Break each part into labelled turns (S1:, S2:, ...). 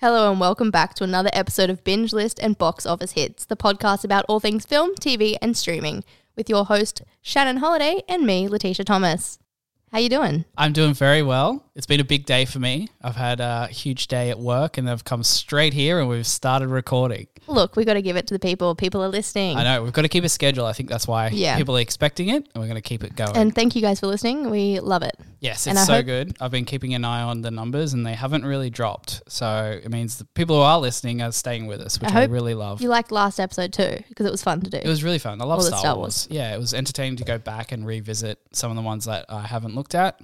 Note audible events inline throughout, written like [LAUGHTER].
S1: Hello and welcome back to another episode of Binge List and Box Office Hits, the podcast about all things film, TV, and streaming, with your host Shannon Holiday and me, Letitia Thomas. How you doing?
S2: I'm doing very well. It's been a big day for me. I've had a huge day at work and I've come straight here and we've started recording.
S1: Look, we got to give it to the people. People are listening,
S2: I know we've got to keep a schedule. I think that's why
S1: Yeah.
S2: people are expecting it and we're going to keep it going.
S1: and thank you guys for listening. We love it.
S2: yes,
S1: and
S2: it's
S1: I
S2: so
S1: hope-
S2: good. I've been keeping an eye on the numbers and they haven't really dropped. So it means the people who are listening are staying with us, which I,
S1: hope
S2: really love.
S1: You liked last episode too because it was fun to do.
S2: It was really fun. I love
S1: All the
S2: Star,
S1: Star
S2: Wars. Yeah, it was entertaining to go back and revisit some of the ones that I haven't looked at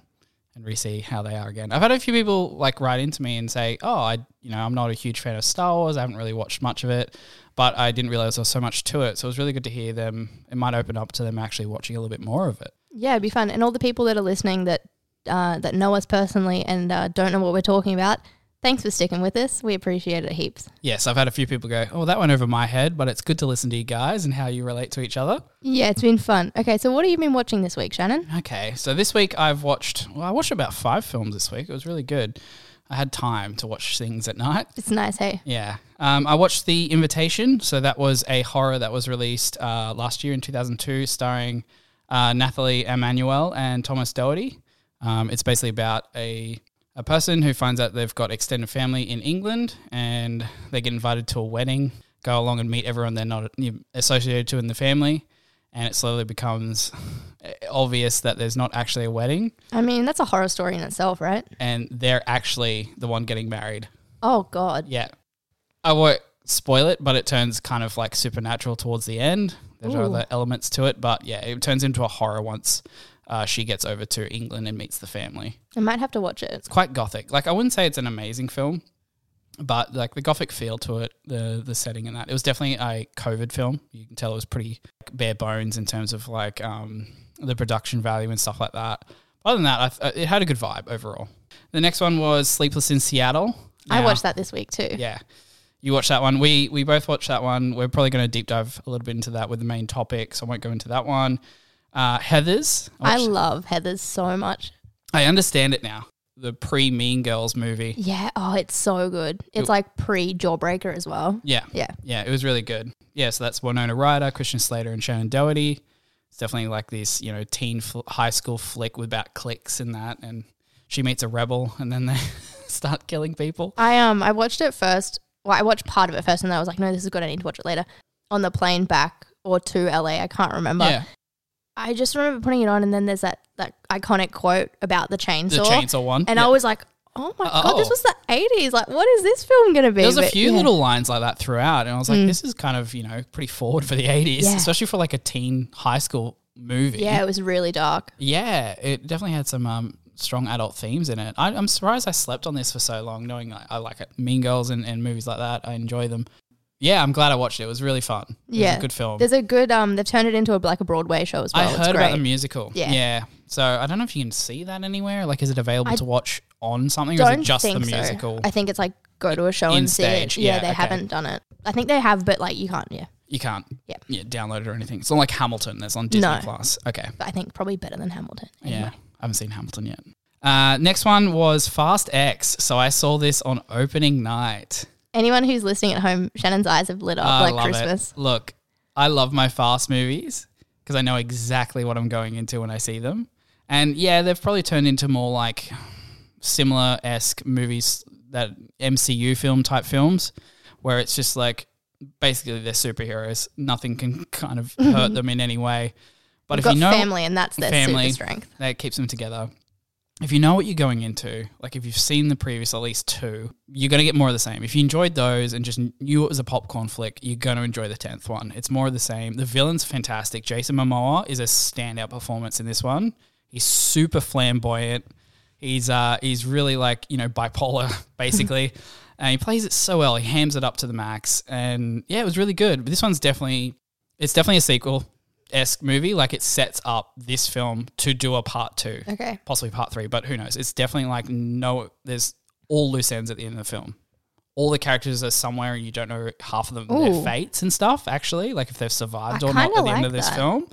S2: and re-see how they are again. I've had a few people like write into me and say, "Oh, I, you know, I'm not a huge fan of Star Wars. I haven't really watched much of it, but I didn't realize there was so much to it. So it was really good to hear them. It might open up to them actually watching a little bit more of it.
S1: yeah, it'd be fun. And all the people that are listening that uh, that know us personally and uh, don't know what we're talking about, thanks for sticking with us. We appreciate it heaps.
S2: Yes, I've had a few people go, "Oh, that went over my head," but it's good to listen to you guys and how you relate to each other.
S1: Yeah, it's been fun. Okay, so what have you been watching this week, Shannon?
S2: Okay, so this week I've watched. Well, I watched about five films this week. It was really good. I had time to watch things at night.
S1: It's nice, hey.
S2: Yeah. Um, I watched The Invitation. So that was a horror that was released uh, last year in 2002, starring uh, Nathalie Emanuel and Thomas Doherty. Um, it's basically about a, a person who finds out they've got extended family in England and they get invited to a wedding, go along and meet everyone they're not you know, associated to in the family. And it slowly becomes [LAUGHS] obvious that there's not actually a wedding
S1: I mean, that's a horror story in itself, right?
S2: and they're actually the one getting married.
S1: Oh God.
S2: Yeah. I won't spoil it, but it turns kind of like supernatural towards the end. There's
S1: Ooh.
S2: other elements to it, but yeah, it turns into a horror once uh, she gets over to England and meets the family.
S1: I might have to watch it.
S2: It's quite gothic. Like I wouldn't say it's an amazing film, but like the gothic feel to it, the the setting and that. It was definitely a COVID film. You can tell it was pretty bare bones in terms of like um, the production value and stuff like that. Other than that, I th- uh, it had a good vibe overall. The next one was Sleepless in Seattle.
S1: I
S2: Now-
S1: watched that this week too.
S2: yeah. You watched that one. We we both watched that one. We're probably going to deep dive a little bit into that with the main topic, so I won't go into that one. Uh, Heather's.
S1: I
S2: watched-
S1: love Heather's so much.
S2: I understand it now. The pre Mean Girls movie.
S1: Yeah. Oh, it's so good. It's like pre Jawbreaker as well.
S2: Yeah.
S1: Yeah.
S2: Yeah, it was really good. Yeah, so that's Winona Ryder, Christian Slater, and Shannon Doherty. It's definitely like this, you know, teen fl- high school flick with about clicks and that. And she meets a rebel, and then they [LAUGHS] start killing people.
S1: I um I watched it first. Well, I watched part of it first, and then I was like, no, this is good. I need to watch it later. On the plane back or to LA, I can't remember.
S2: yeah,
S1: I just remember putting it on, and then there's that that iconic quote about the chainsaw.
S2: the chainsaw one.
S1: And
S2: yeah.
S1: I was like, oh my god, this
S2: Oh.
S1: was the '80s. Like, what is this film gonna be?
S2: There was a
S1: But
S2: few
S1: yeah. Mm.
S2: little lines like that throughout, and I was like, "This is kind of you know pretty forward for the '80s,
S1: Yeah.
S2: especially for like a teen high school movie."
S1: Yeah, it was really dark.
S2: yeah, it definitely had some um, strong adult themes in it. I, I'm surprised I slept on this for so long, knowing I, I like it. Mean Girls and, and movies like that. I enjoy them. Yeah, I'm glad I watched it. It was really fun. It was
S1: Yeah.
S2: a good film.
S1: There's a good um they've turned it into a like a Broadway show as well.
S2: I
S1: it's
S2: heard
S1: great.
S2: about the musical.
S1: Yeah.
S2: So I don't know if you can see that anywhere. Like, is it available
S1: I
S2: to watch on something, or is
S1: Don't
S2: it just the
S1: think so.
S2: musical?
S1: I think it's like go to a show
S2: In
S1: and see
S2: stage,
S1: it. Yeah,
S2: yeah,
S1: they
S2: okay.
S1: haven't done it. I think they have, but like you can't. Yeah,
S2: you can't.
S1: Yeah.
S2: Yeah. Download it or anything. It's not like Hamilton. That's on Disney
S1: No.
S2: Plus. Okay.
S1: but I think probably better than Hamilton.
S2: Yeah,
S1: anyway.
S2: I haven't seen Hamilton yet. Uh, next one was Fast X. So I saw this on opening night.
S1: Anyone who's listening at home, Shannon's eyes have lit up
S2: I
S1: like
S2: love
S1: Christmas.
S2: it. Look, I love my fast movies because I know exactly what I'm going into when I see them. And yeah, they've probably turned into more like similar esque movies that MCU film type films, where it's just like basically they're superheroes. Nothing can
S1: [LAUGHS]
S2: kind of hurt them in any way. But
S1: We've
S2: if
S1: got
S2: you know
S1: family, and that's their
S2: family
S1: super strength.
S2: that keeps them together. If you know what you're going into, like if you've seen the previous at least two, you're going to get more of the same. If you enjoyed those and just knew it was a popcorn flick, you're going to enjoy the 10th one. It's more of the same. The villain's fantastic. Jason Momoa is a standout performance in this one. He's super flamboyant. He's uh he's really like, you know, bipolar [LAUGHS]
S1: [LAUGHS]
S2: basically. and he plays it so well. He hams it up to the max and yeah, it was really good. But this one's definitely it's definitely a sequel esque movie. Like it sets up this film to do a part two,
S1: Okay,
S2: possibly part three, but who knows? It's definitely like no, there's all loose ends at the end of the film. All the characters are somewhere, and you don't know half of them
S1: Ooh.
S2: their fates and stuff. Actually, like if they've survived
S1: I
S2: or not at
S1: kinda
S2: the end of
S1: like
S2: this
S1: that.
S2: film,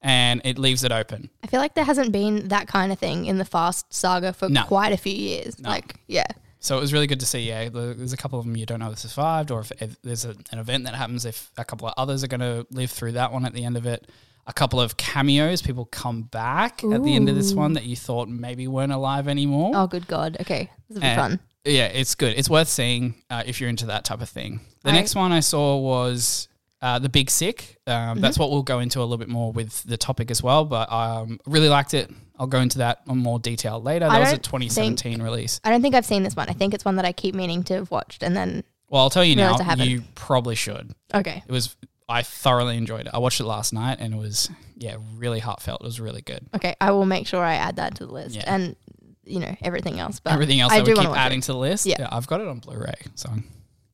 S2: and it leaves it open.
S1: I feel like there hasn't been that kind of thing in the Fast saga for
S2: No.
S1: quite a few years. Like, yeah,
S2: So it was really good to see. Yeah, there- there's a couple of them you don't know that survived, or if, if there's a, an event that happens, if a couple of others are going to live through that one at the end of it. A couple of cameos, people come back at the end of this one that you thought maybe weren't alive anymore.
S1: Oh, good God. Okay. This will be
S2: And-
S1: fun.
S2: Yeah, it's good. It's worth seeing uh, if you're into that type of thing. The
S1: Right.
S2: next one I saw was uh, the Big Sick. Um, That's
S1: Mm-hmm.
S2: what we'll go into a little bit more with the topic as well. But um, really liked it. I'll go into that on more detail later.
S1: I
S2: That was a
S1: don't
S2: 2017 release.
S1: I don't think I've seen this one. I think it's one that I keep meaning to have watched and then.
S2: Well, I'll tell you
S1: Realised I
S2: now.
S1: haven't.
S2: You probably should.
S1: Okay.
S2: It was. I thoroughly enjoyed it. I watched it last night and it was yeah really heartfelt. It was really good.
S1: Okay. I will make sure I add that to the list
S2: Yeah.
S1: and, you know, everything else. But
S2: Everything else
S1: I
S2: that we
S1: do wanna
S2: keep
S1: watch it.
S2: adding to the list.
S1: Yeah.
S2: I've got it on Blu-ray. So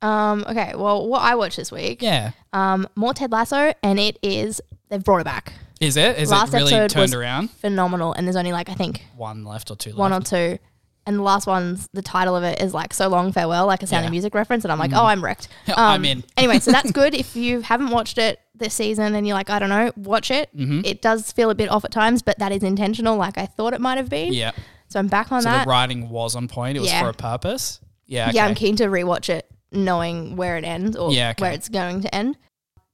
S1: Um, okay. Well, what I watched this week,
S2: yeah,
S1: um, more Ted Lasso, and it is, they've brought it back.
S2: is it? Is
S1: Last
S2: it really
S1: episode
S2: turned
S1: was-
S2: around?
S1: Phenomenal. And there's only like, I think,
S2: One left or two left.
S1: one or two. And the last one's the title of it is like "So Long Farewell," like a Sound
S2: Yeah. Mm.
S1: of Music reference, and I'm like, "Oh, I'm wrecked." Um,
S2: [LAUGHS] I'm in.
S1: [LAUGHS] anyway, so
S2: [LAUGHS]
S1: that's good. If you haven't watched it this season and you're like, "I don't know," watch it.
S2: Mm-hmm.
S1: It does feel a bit off at times, but that is intentional. Like I thought it might have been.
S2: Yeah.
S1: So I'm back on
S2: So
S1: that.
S2: the writing was on point. It was
S1: Yeah.
S2: for a purpose. Yeah.
S1: Yeah,
S2: okay.
S1: I'm keen to rewatch it, knowing where it ends or
S2: Yeah, okay.
S1: where it's going to end.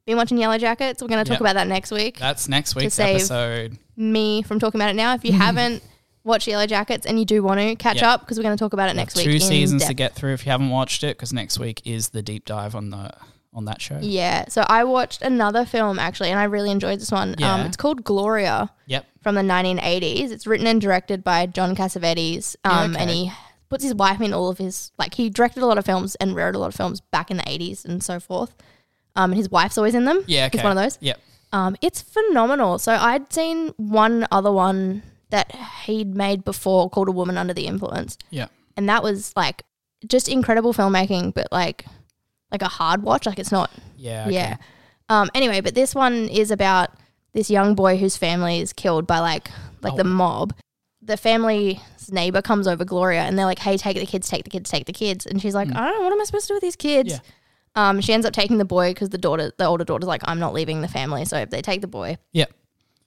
S1: Been watching Yellow Jackets. We're going to talk
S2: Yep.
S1: about that next week.
S2: That's next week's
S1: save-
S2: episode.
S1: Me from talking about it now.
S2: [LAUGHS]
S1: If you haven't watched Yellow Jackets and you do want to catch
S2: Yeah.
S1: up, because we're going to talk about it next week.
S2: Two
S1: in
S2: seasons
S1: depth.
S2: to get through if you haven't watched it, because next week is the deep dive on the on that show.
S1: Yeah. So I watched another film actually, and I really enjoyed this one. Um,
S2: Yeah.
S1: it's called Gloria
S2: Yep.
S1: from the 1980s. It's written and directed by John Cassavetes, um,
S2: okay.
S1: and he puts his wife in all of his like he directed a lot of films and wrote a lot of films back in the 80s and so forth. Um, and his wife's always in them.
S2: Yeah. Okay.
S1: it's one of those.
S2: Yep.
S1: Um, it's phenomenal. So I'd seen one other one that he'd made before called A Woman Under the Influence,
S2: Yep.
S1: and that was like just incredible filmmaking, but like like a hard watch. Like it's not
S2: Yeah. Okay.
S1: yeah. Um, anyway, but this one is about this young boy whose family is killed by like like
S2: Oh.
S1: the mob. The family's neighbor comes over, Gloria, and they're like, "Hey, take the kids, take the kids, take the kids." And she's like, "I don't know what am I supposed to do with these kids."
S2: Hmm. Yeah.
S1: Um, she ends up taking the boy because the daughter, the older daughter's like, "I'm not leaving the family," so they take the boy,
S2: Yep.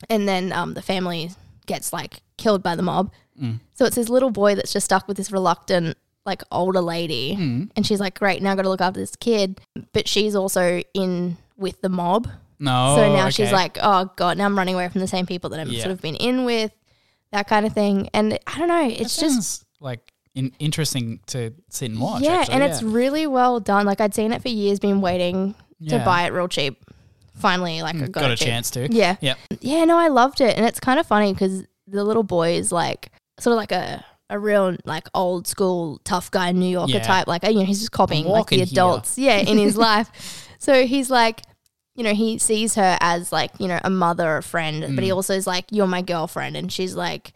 S1: and then um, the family gets like killed by the mob.
S2: Mm.
S1: So it's this little boy that's just stuck with this reluctant, like older lady,
S2: Mm.
S1: and she's like, "Great, now I've got to look after this kid," but she's also in with the mob.
S2: No.
S1: So now she's
S2: okay.
S1: like, "Oh God, now I'm running away from the same people that I've
S2: Yeah.
S1: sort of been in with." That kind of thing, and I don't know. It's
S2: That
S1: just
S2: sounds, like in, interesting to sit and watch.
S1: yeah,
S2: actually,
S1: and it's really well done. Like I'd seen it for years, been waiting to
S2: Yeah. Hmm,
S1: buy it real cheap. Finally, like I got,
S2: got,
S1: it
S2: a
S1: cheap.
S2: chance to.
S1: Yeah.
S2: Yep.
S1: Yeah, no, I loved it. And it's kind of funny because the little boy is like sort of like a, a real like old school tough guy New Yorker
S2: Yeah.
S1: type. Like, uh, you know, he's just copying like the
S2: walking here.
S1: adults, yeah, in
S2: [LAUGHS]
S1: his life. So he's like, you know, he sees her as like, you know, a mother or friend, but
S2: Mm.
S1: he also is like, you're my girlfriend. And she's like,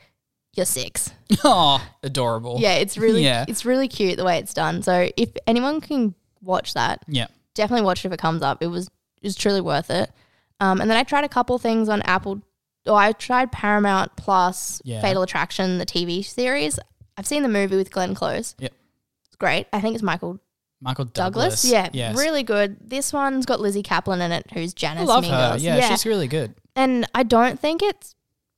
S1: you're six.
S2: [LAUGHS] oh, adorable.
S1: Yeah, it's really,
S2: [LAUGHS] Yeah.
S1: it's really cute the way it's done. So if anyone can watch that,
S2: Yeah.
S1: definitely watch it if it comes up. It was it was truly worth it. Um, and then I tried a couple things on Apple. Oh, I tried Paramount Plus,
S2: Yeah.
S1: Fatal Attraction, the TV series. I've seen the movie with Glenn Close.
S2: Yep.
S1: It's great. I think it's Michael
S2: Michael Douglas.
S1: Douglas. Yeah,
S2: Yes.
S1: really good. This one's got Lizzie Kaplan in it, who's
S2: I
S1: Janice
S2: love her.
S1: Mingles.
S2: Yeah, She's really good.
S1: and I don't think it's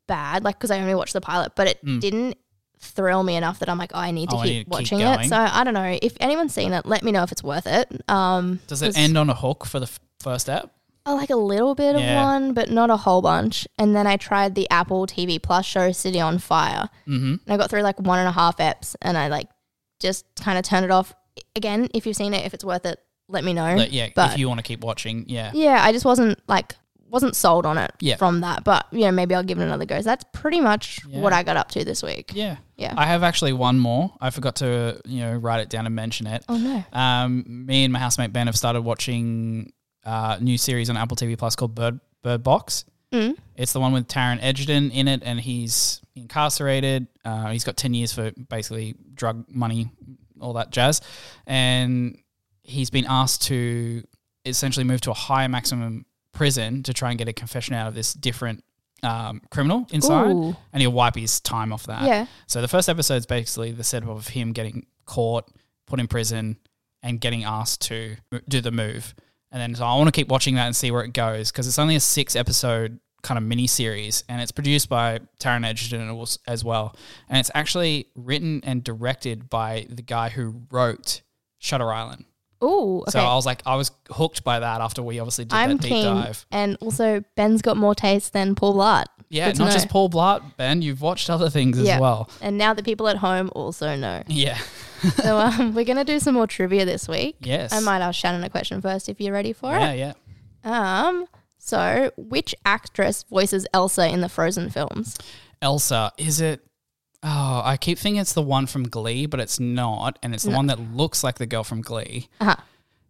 S1: bad, like because I only watched the pilot, but it
S2: Mm.
S1: didn't thrill me enough that I'm like, oh, I need to
S2: Oh, I
S1: keep
S2: need to keep
S1: watching it.
S2: going.
S1: So I don't know if anyone's seen it. Let me know if it's worth it. Um,
S2: Does it
S1: 'cause-
S2: end on a hook for the f- first app?
S1: Oh, like a little bit of
S2: Yeah.
S1: one, but not a whole bunch. And then I tried the Apple TV Plus show City on Fire,
S2: Mm-hmm.
S1: and I got through like one and a half eps, and I like just kind of turned it off. Again, if you've seen it, if it's worth it, let me know.
S2: But yeah,
S1: But-
S2: if you want to keep watching, yeah.
S1: yeah, I just wasn't like wasn't sold on it
S2: Yeah.
S1: from that, but you know maybe I'll give it another go. So that's pretty much
S2: Yeah.
S1: what I got up to this week.
S2: Yeah.
S1: Yeah.
S2: I have actually one more. I forgot to, you know, write it down and mention it.
S1: Oh no,
S2: Um, me and my housemate Ben have started watching uh, new series on Apple TV Plus called Bird Bird Box.
S1: Mm.
S2: It's the one with Taron Edgerton in it, and he's incarcerated. Uh, he's got ten years for basically drug money, all that jazz, and he's been asked to essentially move to a higher maximum prison to try and get a confession out of this different um, criminal inside,
S1: Mm. Ooh.
S2: and he'll wipe his time off that.
S1: yeah,
S2: So the first episode is basically the setup of him getting caught, put in prison, and getting asked to m- do the move. And then so I want to keep watching that and see where it goes because it's only a six episode kind of mini series, and it's produced by Taron Egerton als- as well. And it's actually written and directed by the guy who wrote Shutter Island.
S1: Ooh, okay.
S2: So I was like, I was hooked by that after we obviously did
S1: I'm
S2: that deep
S1: keen.
S2: dive.
S1: And also, Ben's got more taste than Paul Blart.
S2: Yeah,
S1: Good to
S2: not
S1: know.
S2: just Paul Blart, Ben. You've watched other things
S1: Yeah.
S2: as well. [LAUGHS]
S1: And now the people at home also know.
S2: Yeah.
S1: so um, [LAUGHS] we're going to do some more trivia this week.
S2: Yes.
S1: I might ask Shannon a question first if you're ready for
S2: Yeah,
S1: it.
S2: yeah.
S1: Um, so, which actress voices Elsa in the Frozen films?
S2: Elsa, is it? Oh, I keep thinking it's the one from Glee, but it's not, and it's the one that looks like the girl from Glee.
S1: Uh-huh.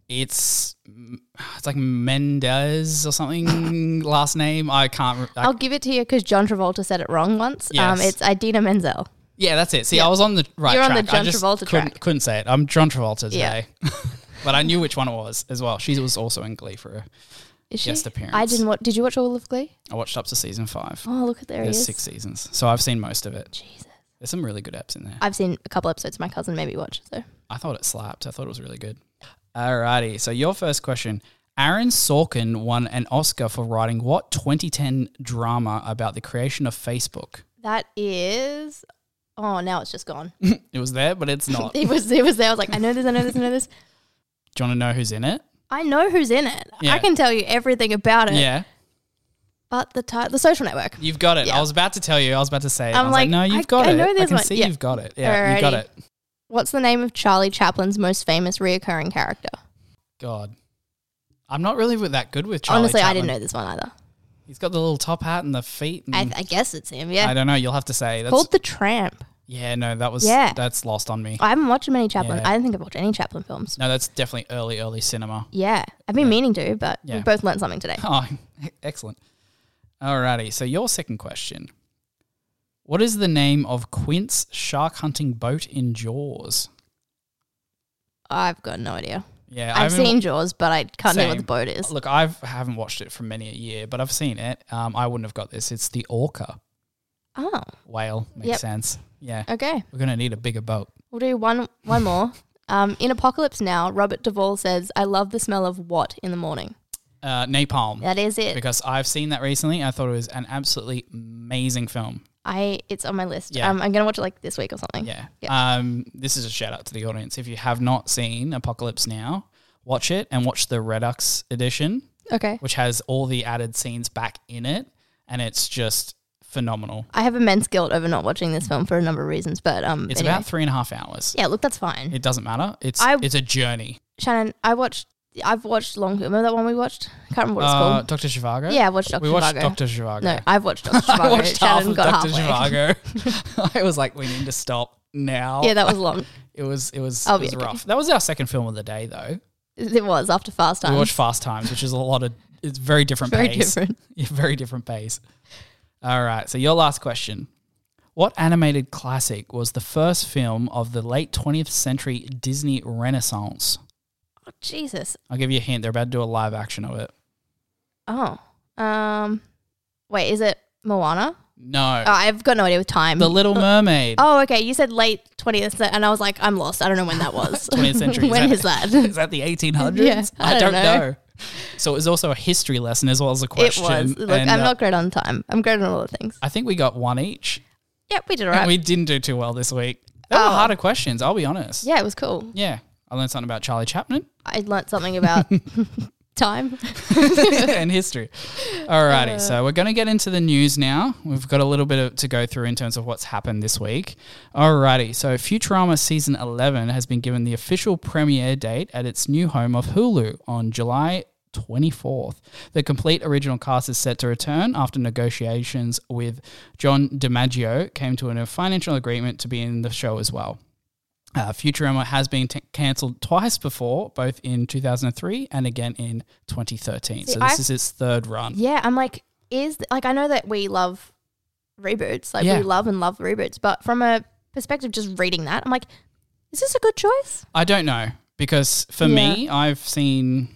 S2: It's mm, it's like Mendez or
S1: [COUGHS]
S2: something last name. I can't. re- I,
S1: I'll give it to you because John Travolta said it wrong once. Um,
S2: Yes.
S1: it's Idina Menzel.
S2: yeah, that's it. See, I was on the right.
S1: You're on
S2: track.
S1: the
S2: I
S1: John
S2: just
S1: Travolta
S2: couldn't,
S1: track.
S2: Couldn't say it. I'm John Travolta
S1: Yeah.
S2: today, [LAUGHS] but I knew which one it was as well. She was also in Glee for. a-
S1: Is she?
S2: Guest appearance.
S1: I didn't. Wa- did you watch all of Glee?
S2: I watched up to season five.
S1: Oh, look at there he
S2: There's
S1: is.
S2: six seasons, so I've seen most of it.
S1: Jesus.
S2: There's some really good apps in there.
S1: I've seen a couple episodes. My cousin made me watch. So
S2: I thought it slapped. I thought it was really good. Alrighty. So your first question. Aaron Sorkin won an Oscar for writing what 2010 drama about the creation of Facebook?
S1: that is. Oh, now it's just gone.
S2: It was there, but
S1: [LAUGHS]
S2: it's not. Do
S1: it was. It was there. I was like, I know this. I know this. I know this.
S2: you want to know who's in it?
S1: I know who's in it.
S2: Yeah.
S1: I can tell you everything about it.
S2: Yeah.
S1: But the ti- the social network.
S2: You've got it.
S1: Yeah.
S2: I was about to tell you. I was about to say it. i
S1: I'm
S2: was like,
S1: like,
S2: no,
S1: I-
S2: you've got
S1: I
S2: it.
S1: know
S2: I
S1: this
S2: can
S1: one.
S2: see
S1: Yeah.
S2: you've got it. Yeah, you've got
S1: Alrighty.
S2: it.
S1: What's the name of Charlie Chaplin's most famous reoccurring character?
S2: God. I'm not really with- that good with Charlie
S1: Honestly, I
S2: Chaplin.
S1: didn't know this one either.
S2: He's got the little top hat and the feet. And
S1: I,
S2: I,
S1: I guess it's him. Yeah,
S2: don't know. You'll have to say. That's,
S1: called the Tramp.
S2: yeah, no, that was
S1: Yeah.
S2: that's lost on me.
S1: I haven't watched many Chaplin.
S2: Yeah.
S1: I don't think I've watched any Chaplin films.
S2: No, that's definitely early, early cinema.
S1: Yeah, I've been meaning to, but
S2: Yeah.
S1: we both learned something
S2: [LAUGHS]
S1: today.
S2: Oh, excellent. Alrighty. So your second question. What is the name of Quint's shark hunting boat in Jaws?
S1: I've got no idea.
S2: Yeah, I
S1: I've
S2: haven't-
S1: seen Jaws, but I can't know what
S2: Same.
S1: the boat is.
S2: [LAUGHS] Look, I've, I haven't watched it for many a year, but I've seen it. Um, I wouldn't have got this. It's the orca
S1: Oh,
S2: whale. Makes
S1: Yep.
S2: sense. Yeah,
S1: okay.
S2: we're gonna need a bigger boat.
S1: We'll do one one
S2: [LAUGHS]
S1: more. Um, in Apocalypse Now, Robert Duvall says, "I love the smell of what in the morning."
S2: Uh, napalm.
S1: That is it.
S2: Because I've seen that recently. I thought it was an absolutely amazing film.
S1: I it's on my list.
S2: Yeah.
S1: Um, I'm gonna watch it like this week or something.
S2: Yeah. Um, this is a shout out to the audience. If you have not seen Apocalypse Now, watch it and watch the Redux edition,
S1: Okay.
S2: which has all the added scenes back in it. And it's just phenomenal.
S1: I have immense guilt over not watching this film for a number of reasons, but um,
S2: It's
S1: anyway.
S2: about three and a half hours.
S1: yeah. Look, that's fine.
S2: It doesn't matter. It's
S1: I-
S2: it's a journey.
S1: Shannon, I watched. I've watched long. Remember that one we watched? I can't remember what it's
S2: Uh,
S1: called.
S2: Dr. Zhivago?
S1: Yeah, I watched Doctor
S2: We watched
S1: Zhivago.
S2: Dr. Zhivago.
S1: No, I've watched Doctor Zhivago.
S2: [LAUGHS] I watched half
S1: Shannon
S2: of
S1: got
S2: Dr.
S1: halfway. [LAUGHS]
S2: Zhivago. [LAUGHS] I was like, we need to stop now.
S1: Yeah, that was long.
S2: it was it was,
S1: I'll
S2: it
S1: be
S2: was
S1: okay.
S2: rough. That was our second film of the day though.
S1: it was after Fast Times.
S2: We watched Fast Times, which is a lot of it's very different
S1: Very
S2: pace.
S1: different.
S2: Yeah, [LAUGHS] very different pace. All right. So your last question. What animated classic was the first film of the late 20th century Disney Renaissance?
S1: Oh, Jesus.
S2: I'll give you a hint. They're about to do a live action of it.
S1: Oh. Um. Wait, is it Moana?
S2: No.
S1: Oh, I've got no idea with time.
S2: the Little Mermaid.
S1: [LAUGHS] oh, okay. You said late 20th, cent- and I was like, I'm lost. I don't know when that
S2: [LAUGHS]
S1: was.
S2: 20th
S1: [LAUGHS]
S2: century.
S1: when is that?
S2: Is that the 1800s?
S1: Yeah, I don't know.
S2: So it was also a history lesson as well as a
S1: it
S2: question.
S1: was. Look,
S2: and,
S1: I'm
S2: uh,
S1: not great on time. I'm great on all the things.
S2: I think we got one each.
S1: Yep, we did all right.
S2: We didn't do too well this week. They were
S1: Oh.
S2: harder questions, I'll be honest.
S1: yeah, it was cool.
S2: Yeah. I learned something about Charlie
S1: [LAUGHS]
S2: Chaplin [LAUGHS]
S1: I learnt something about [LAUGHS] time.
S2: and history. Alrighty, so we're going to get into the news now. We've got a little bit of, to go through in terms of what's happened this week. Alrighty, so Futurama season eleven has been given the official premiere date at its new home of Hulu on July. 24th. The complete original cast is set to return after negotiations with John DiMaggio came to a financial agreement to be in the show as well. Uh, Futurama has been t- cancelled twice before, both in 2003 and again in 2013. so this
S1: I-
S2: is its third run.
S1: Yeah, I'm like, is like I know that we love reboots, like
S2: Yeah.
S1: we love and love reboots, but from a perspective just reading that, I'm like, is this a good choice?
S2: I don't know because for me, I've seen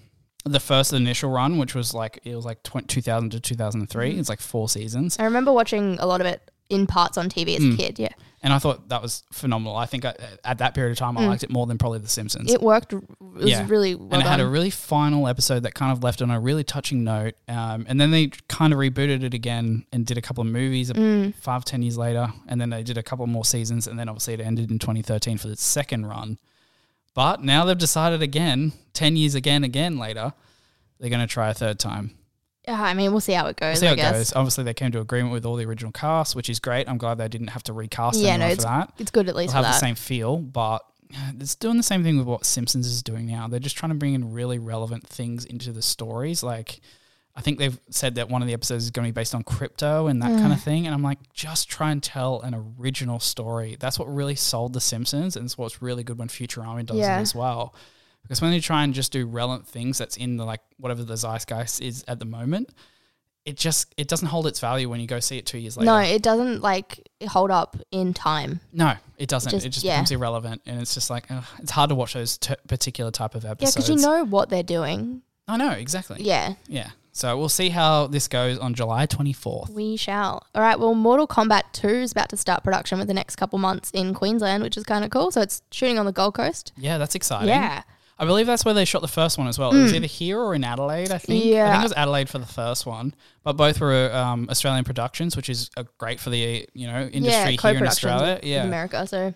S2: the first initial run, which was like it was like tw- 2000 to 2003. It's like four seasons. Hmm.
S1: I remember watching a lot of it in parts on TV as a kid. Yeah,
S2: And I thought that was phenomenal. I think I, at that period of time, I liked it more than probably The Simpsons.
S1: It worked. r- It was
S2: Yeah.
S1: really well
S2: and it had
S1: done.
S2: a really final episode that kind of left on a really touching note. Um, and then they kind of rebooted it again and did a couple of movies
S1: Mm.
S2: uh five, ten years later. And then they did a couple more seasons. And then obviously it ended in 2013 for its second run. But now they've decided again, 10 years again, again later, they're going to try a third time.
S1: Yeah, I mean, we'll see how it goes.
S2: See how
S1: I
S2: it
S1: guess
S2: goes. Obviously, they came to agreement with all the original cast, which is great. I'm glad they didn't have to recast
S1: Yeah,
S2: yeah,
S1: no,
S2: anyone for that.
S1: it's good at least
S2: They'll
S1: for
S2: have
S1: that.
S2: the same feel, but it's doing the same thing with what Simpsons is doing now. They're just trying to bring in really relevant things into the stories. Like, I think they've said that one of the episodes is going to be based on crypto and that
S1: Mm.
S2: kind of thing. And I'm like, just try and tell an original story. That's what really sold The Simpsons, and it's what's really good when Futurama does
S1: Yeah.
S2: it as well. Because when they try and just do relevant things that's in the like whatever the zeitgeist is at the moment, it just it doesn't hold its value when you go see it two years later.
S1: No, it doesn't like hold up in time.
S2: No, it doesn't.
S1: Just-
S2: it just
S1: yeah.
S2: becomes irrelevant, and it's just like ugh, it's hard to watch those t- particular type of
S1: Yeah,
S2: episodes.
S1: because you know what they're doing.
S2: I know exactly. Yeah.
S1: Yeah,
S2: So we'll see how this goes on July twenty fourth.
S1: we shall. All right. Well, Mortal Kombat Two is about to start production with the next couple months in Queensland, which is kind of cool. So it's shooting on the Gold Coast.
S2: Yeah, that's exciting.
S1: Yeah. Hmm.
S2: I believe that's where they shot the first one as well. It was either here or in Adelaide, I think. I
S1: Yeah.
S2: think it was Adelaide for the first one, but both were um, Australian productions, which is uh, great for the you know industry
S1: yeah,
S2: here in
S1: co-productions
S2: Australia.
S1: with
S2: Yeah,
S1: America. So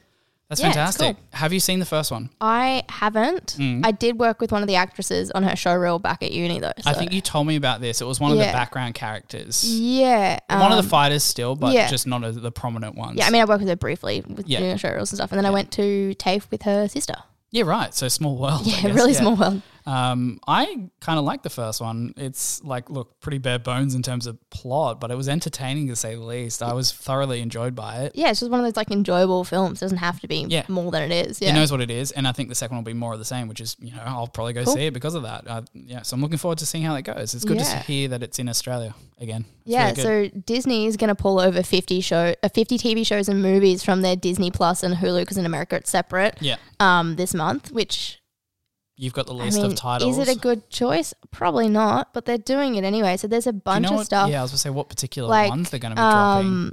S2: that's
S1: Yeah, it's
S2: fantastic. Have you seen the first one?
S1: I haven't.
S2: Mm.
S1: I did work with one of the actresses on her show reel back at uni though. So.
S2: I think you told me about this. It was one of
S1: Yeah.
S2: the background characters.
S1: Yeah.
S2: one of
S1: um,
S2: the fighters still, but
S1: yeah.
S2: just not a, the prominent ones.
S1: Yeah, I mean, I worked with her briefly with
S2: Yeah.
S1: doing show reels and stuff, and then I went to TAFE with her sister.
S2: Yeah, right. So small world. I
S1: Yeah, [LAUGHS]
S2: guess.
S1: really small world.
S2: Um, I kind of like the first one. It's like look pretty bare bones in terms of plot, but it was entertaining to say the least. I was thoroughly enjoyed by it.
S1: Yeah, it's just one of those like enjoyable films. doesn't have to be
S2: Yeah.
S1: more than it is. Yeah.
S2: It knows what it is, and I think the second one will be more of the same, which is you know I'll probably go
S1: Cool.
S2: see it because of that. Uh, yeah, so I'm looking forward to seeing how that goes. It's good to
S1: Yeah.
S2: s- hear that it's in Australia again. It's
S1: yeah,
S2: really good.
S1: so Disney is going to pull over 50 show uh, 50 TV shows and movies from their Disney Plus and Hulu cuz in America it's separate
S2: yeah,
S1: um this month, which
S2: you've got the
S1: I
S2: list
S1: mean,
S2: of titles.
S1: is it a good choice? Probably not, but they're doing it anyway. So there's a
S2: Do you
S1: bunch
S2: know
S1: of
S2: what-
S1: stuff.
S2: Yeah, I was gonna say what particular
S1: like,
S2: ones they're going to be dropping.
S1: um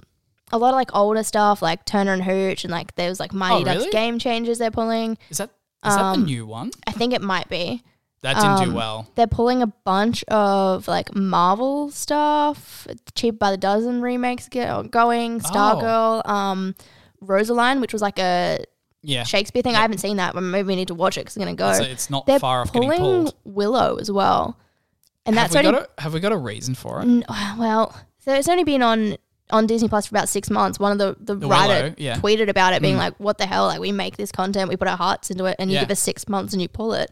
S1: a lot of like older stuff like Turner and Hooch and like there's like Mighty
S2: Oh, really?
S1: Ducks game changers they're pulling.
S2: Is that is that the
S1: um,
S2: new one
S1: I think it might be.
S2: that didn't
S1: um,
S2: do well?
S1: They're pulling a bunch of like Marvel stuff, Cheap by the Dozen remakes go- going,
S2: Oh.
S1: Stargirl, um, Rosaline, which was like a
S2: Yeah,
S1: Shakespeare thing. I haven't seen that, but maybe we need to watch it because it's going to go.
S2: so it's not
S1: They're
S2: far off getting pulled.
S1: pulling Willow as well. And that's
S2: have we,
S1: only,
S2: got a, have we got a reason for it?
S1: n- well, so it's only been on, on Disney Plus for about six months. One of the, the,
S2: The
S1: writer
S2: Willow, yeah. Mm.
S1: tweeted about it being like, what the hell? Like, we make this content, we put our hearts into it, and
S2: Yeah.
S1: you give us six months and you pull it.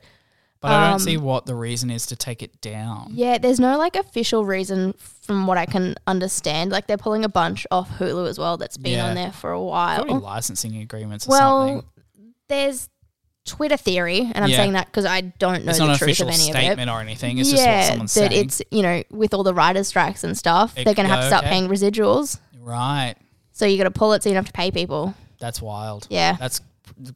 S2: But I don't see what the reason is to take it down.
S1: Um, Yeah, there's no like official reason from what I can understand. Like they're pulling a bunch off Hulu as well that's been
S2: Yeah.
S1: on there for a
S2: Probably
S1: while.
S2: licensing agreements or
S1: Well,
S2: something.
S1: there's Twitter theory, and I'm
S2: Yeah.
S1: saying that because I don't know
S2: It's not
S1: the
S2: an
S1: truth of
S2: official
S1: any of it.
S2: statement or anything. It's
S1: yeah,
S2: just what someone's
S1: that
S2: saying.
S1: it's you know with all the writers' strikes and stuff,
S2: It
S1: they're gonna have
S2: could
S1: to
S2: go,
S1: start
S2: okay.
S1: paying residuals.
S2: right.
S1: So you got to pull it, so you don't have to pay people.
S2: That's wild.
S1: Yeah.
S2: That's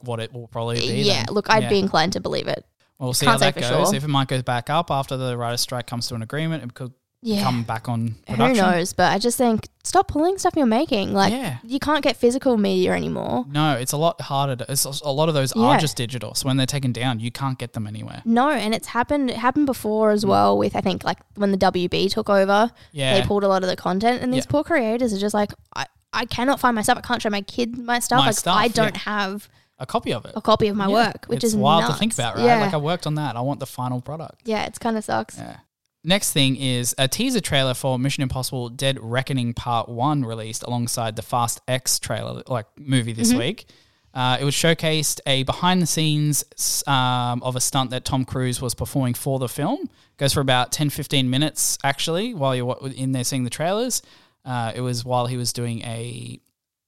S2: what it will probably be.
S1: yeah,
S2: then.
S1: look, I'd
S2: Yeah.
S1: be inclined to believe it.
S2: Well, we'll see how
S1: can't
S2: that
S1: say
S2: goes.
S1: for sure.
S2: If it might go back up after the writer's strike comes to an agreement, it could
S1: Yeah,
S2: come back on
S1: who
S2: production.
S1: knows? But I just think stop pulling stuff you're making. Like
S2: Yeah.
S1: you can't get physical media anymore.
S2: No, it's a lot harder. To, it's a lot of those
S1: Yeah.
S2: are just digital. So when they're taken down, you can't get them anywhere.
S1: No, and it's happened. It happened before as well. With I think like when the WB took over,
S2: Mm. Yeah.
S1: they pulled a lot of the content, and these
S2: Yeah.
S1: poor creators are just like, I, I cannot find my stuff. I can't show my kid my stuff.
S2: My
S1: like
S2: stuff,
S1: I
S2: yeah.
S1: don't have
S2: A copy of it.
S1: a copy of my
S2: Yeah.
S1: work, which
S2: it's
S1: is
S2: wild to
S1: nuts.
S2: think about, right?
S1: Yeah,
S2: Like I worked on that. I want the final product.
S1: yeah, it's kind of sucks.
S2: Yeah. Next thing is a teaser trailer for Mission Impossible Dead Reckoning Part 1 released alongside the Fast X trailer, like movie this week. Uh, it was showcased a behind the scenes um, of a stunt that Tom Cruise was performing for the film. Goes for about 10 15 minutes, actually, while you're wa- in there seeing the trailers. Uh, it was while he was doing a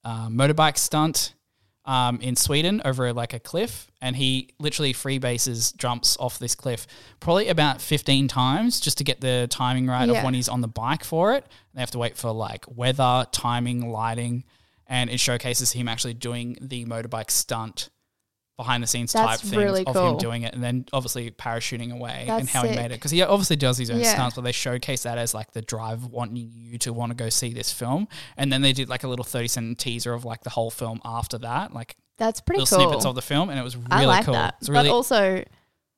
S2: uh, motorbike stunt um, in Sweden over like a cliff, and he literally freebases jumps off this cliff probably about 15 times just to get the timing right
S1: Yeah.
S2: of when he's on the bike for it. And they have to wait for like weather, timing, lighting, and it showcases him actually doing the motorbike stunt behind the scenes
S1: That's
S2: type things
S1: really
S2: of him
S1: cool.
S2: doing it and then obviously parachuting away and
S1: That's
S2: how he
S1: sick.
S2: made it because he obviously does his own
S1: Yeah.
S2: stunts but they showcase that as like the drive of wanting you to want to go see this film and then they did like a little 30 second teaser of like the whole film after that like
S1: That's pretty
S2: little
S1: cool.
S2: snippets of the film and it was really
S1: I like
S2: cool
S1: that.
S2: it's really
S1: but also,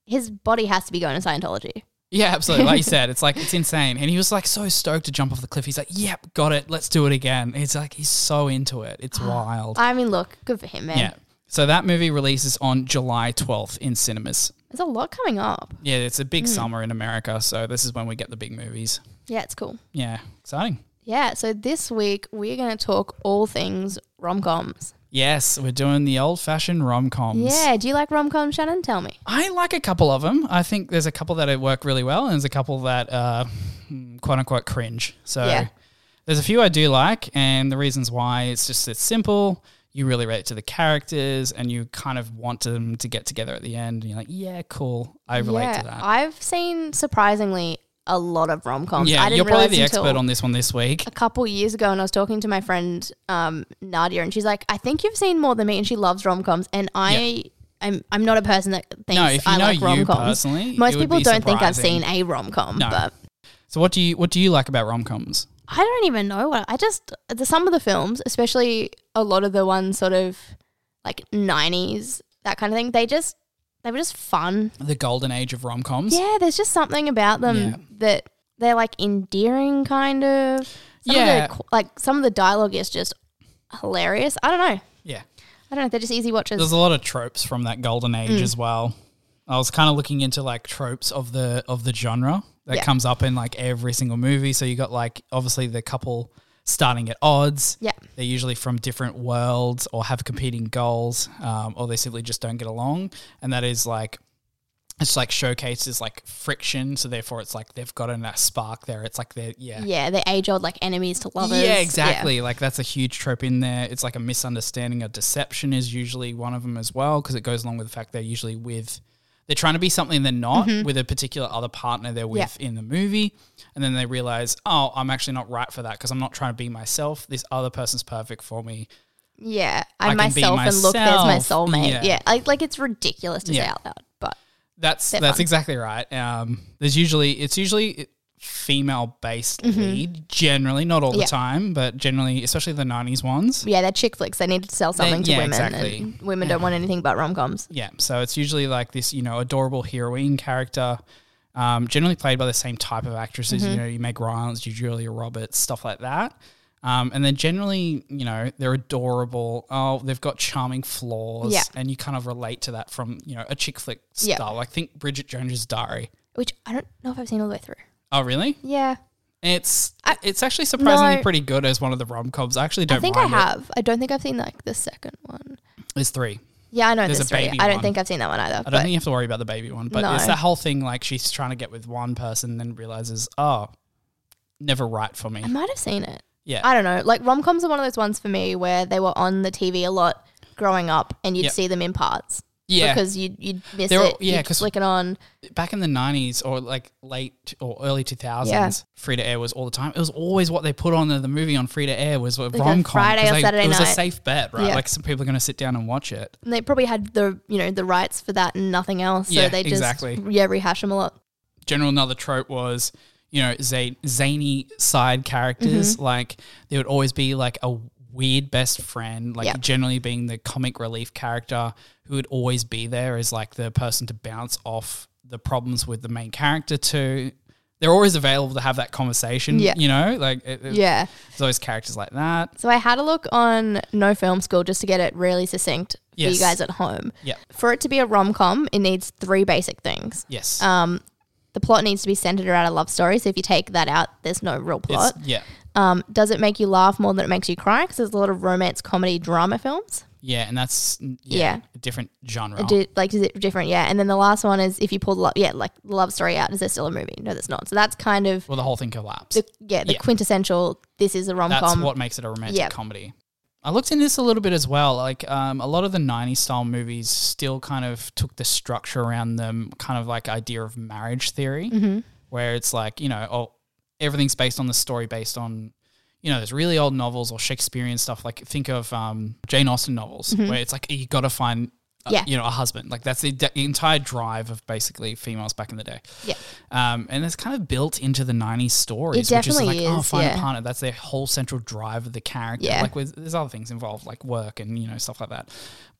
S1: his body has to be going to Scientology.
S2: yeah, absolutely. Like
S1: [LAUGHS]
S2: you said, it's like it's insane. And he was like so stoked to jump off the cliff. He's like, "Yep, got it. Let's do it again." It's like he's so into it.
S1: [GASPS]
S2: It's wild.
S1: I mean, look, good for him, man.
S2: Yeah. So that movie releases on July 12th in cinemas.
S1: There's a lot coming up.
S2: Yeah, it's a
S1: Hmm.
S2: big summer in America, so this is when we get the big movies.
S1: Yeah, it's cool.
S2: Yeah, exciting.
S1: Yeah, so this week we're going to talk all things rom coms.
S2: Yes, we're doing the old-fashioned rom-coms.
S1: Yeah, do you like rom coms, Shannon? Tell me.
S2: I like a couple of them. I think there's a couple that work really well, and there's a couple that uh, quote unquote cringe. So
S1: Yeah.
S2: there's a few I do like, and the reasons why it's just it's simple. You really relate to the characters, and you kind of want them to get together at the end. And you're like, yeah, cool. I relate
S1: yeah,
S2: to that.
S1: I've seen surprisingly a lot of rom coms.
S2: yeah,
S1: I didn't
S2: you're probably the
S1: realize until
S2: expert on this one this week.
S1: a couple years ago, and I was talking to my friend um, Nadia, and she's like, "I think you've seen more than me," and she loves rom coms, and I. I'm, I'm not a person that thinks
S2: No, if you
S1: I
S2: know
S1: like
S2: you
S1: rom coms.
S2: personally,
S1: Most
S2: it would
S1: people
S2: be
S1: don't think I've
S2: surprising.
S1: seen a rom com,
S2: No.
S1: but
S2: So what do you what do you like about rom coms?
S1: I don't even know what I just the some of the films, especially a lot of the ones sort of like nineties, that kind of thing, they just they were just fun.
S2: The golden age of rom coms.
S1: Yeah, there's just something about them
S2: Yeah.
S1: that they're like endearing kind of. Some
S2: Yeah.
S1: Of the, qu- like some of the dialogue is just hilarious. I don't know.
S2: yeah.
S1: I don't know. They're just easy watches.
S2: There's a lot of tropes from that golden
S1: Mm.
S2: age as well. I was kind of looking into like tropes of the of the genre that
S1: Yeah.
S2: comes up in like every single movie. So you got like obviously the couple starting at odds.
S1: Yeah.
S2: They're usually from different worlds or have competing goals, um, or they simply just don't get along. And that is like it's like showcases like friction. So therefore, it's like they've got a spark there. It's like they're yeah
S1: yeah, they're age old like enemies to lovers.
S2: yeah, exactly. Like that's a huge trope in there. It's like a misunderstanding or deception is usually one of them as well because it goes along with the fact they're usually with they're trying to be something they're not
S1: Mm-hmm.
S2: with a particular other partner they're with in the movie and then they realize, "Oh, I'm actually not right for that because I'm not trying to be myself. This other person's perfect for me."
S1: Yeah.
S2: I
S1: I'm
S2: can be
S1: myself, and look, there's my
S2: myself.
S1: soulmate.
S2: Yeah.
S1: Yeah. Like, like it's ridiculous to say
S2: Yeah.
S1: out loud, but
S2: That's
S1: They're
S2: that's
S1: fun.
S2: exactly right. Um, there's usually it's usually female based lead generally, not all
S1: Mm-hmm. Yeah.
S2: the time, but generally, especially the 90s ones.
S1: yeah, they're chick flicks. They need to sell something to
S2: yeah,
S1: women,
S2: exactly.
S1: and women don't want anything but rom coms.
S2: Yeah, so it's usually like this, you know, adorable heroine character, um, generally played by the same type of actresses.
S1: Mm-hmm.
S2: You know, you Meg Ryan's, you Julia Roberts, stuff like that. Um, and then generally, you know, they're adorable. Oh, they've got charming flaws,
S1: Yeah.
S2: and you kind of relate to that from you know a chick flick
S1: Yeah.
S2: style. Like think Bridget Jones's Diary.
S1: Which I don't know if I've seen all the way through.
S2: Oh, really?
S1: Yeah,
S2: It's it's actually surprisingly
S1: no.
S2: pretty good as one of the rom coms. I actually don't
S1: I think I
S2: mind
S1: have. I don't think I've seen like the second one.
S2: it. It's three.
S1: Yeah, I know
S2: There's
S1: there's
S2: a
S1: three.
S2: baby
S1: I don't
S2: one.
S1: think I've seen that one either.
S2: I don't
S1: but
S2: think you have to worry about the baby one, but
S1: No.
S2: it's that whole thing like she's trying to get with one person, then realizes, oh, never right for
S1: I
S2: me.
S1: might have seen it.
S2: Yeah.
S1: I don't know. Like rom coms are one of those ones for me where they were on the TV a lot growing up, and you'd
S2: Yep.
S1: see them in parts.
S2: yeah.
S1: because you'd you'd miss
S2: They're all-
S1: it.
S2: yeah,
S1: you'd
S2: 'cause-
S1: flick it on.
S2: Back in the 90s or like late or early 2000s,
S1: Yeah.
S2: free to air was all the time. It was always what they put on the, the movie on free to air was a
S1: a
S2: rom com.
S1: Friday or Saturday
S2: It was a
S1: night.
S2: safe bet, right?
S1: Yeah.
S2: Like some people are going to sit down and watch it.
S1: And they probably had the you know the rights for that and nothing else. So
S2: Yeah,
S1: they just
S2: exactly.
S1: yeah rehash them a lot.
S2: general another trope was you know za- zany side characters
S1: Mm-hmm.
S2: like there would always be like a weird best friend like
S1: Yeah.
S2: generally being the comic relief character who would always be there as like the person to bounce off the problems with the main character to they're always available to have that conversation
S1: Yeah.
S2: you know like it, it-
S1: Yeah.
S2: there's always characters like that
S1: So I had a look on No Film School just to get it really succinct for
S2: Yes.
S1: you guys at home.
S2: Yep.
S1: For it to be a rom com, it needs three basic things.
S2: yes
S1: Um, the plot needs to be centered around a love story. So if you take that out, there's no real
S2: it's,
S1: plot.
S2: yeah
S1: Um, does it make you laugh more than it makes you cry? Because there's a lot of romance, comedy, drama films.
S2: yeah and that's yeah,
S1: Yeah.
S2: a different genre
S1: Do, like, is it different? Yeah. And then the last one is if you pull the love, yeah, like the love story out, is there still a movie? No, that's not. So that's kind of
S2: well the whole thing collapsed
S1: the yeah the
S2: Yeah.
S1: quintessential. This is a rom
S2: That's
S1: com.
S2: what makes it a romantic
S1: Yeah.
S2: comedy. I looked into this a little bit as well. Like um, a lot of the 90s style movies still kind of took the structure around them, kind of like idea of marriage theory,
S1: Mm-hmm.
S2: where it's like, you know, oh, everything's based on the story, based on, you know, there's really old novels or Shakespearean stuff. Like think of um, Jane Austen novels, where it's like, you got to find uh,
S1: Mm-hmm. Yeah.
S2: you know, a husband. Like that's the de- entire drive of basically females back in the day.
S1: Yeah.
S2: Um, and it's kind of built into the 90s stories,
S1: It
S2: which is like,
S1: definitely
S2: oh,
S1: is,
S2: find a
S1: yeah.
S2: partner. That's their whole central drive of the character.
S1: Yeah.
S2: Like with, there's other things involved, like work and, you know, stuff like that.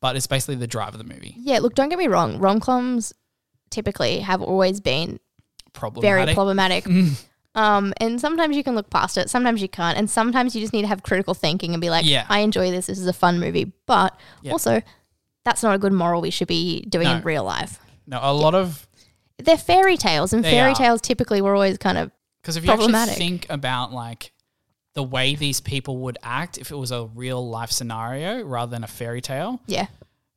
S2: But it's basically the drive of the movie.
S1: Yeah, look, don't get me wrong. Rom coms typically have always been very
S2: Problematic. [LAUGHS] Mm.
S1: problematic. Um, and sometimes you can look past it, sometimes you can't, and sometimes you just need to have critical thinking and be like,
S2: Yeah.
S1: I enjoy this. This is a fun movie, but
S2: Yeah.
S1: also that's not a good moral we should be doing
S2: No.
S1: in real life.
S2: no, a lot of
S1: They're fairy tales, and
S2: They
S1: fairy
S2: are.
S1: tales typically were always kind of
S2: Because if you actually
S1: problematic.
S2: think about like the way these people would act if it was a real life scenario rather than a fairy tale,
S1: yeah,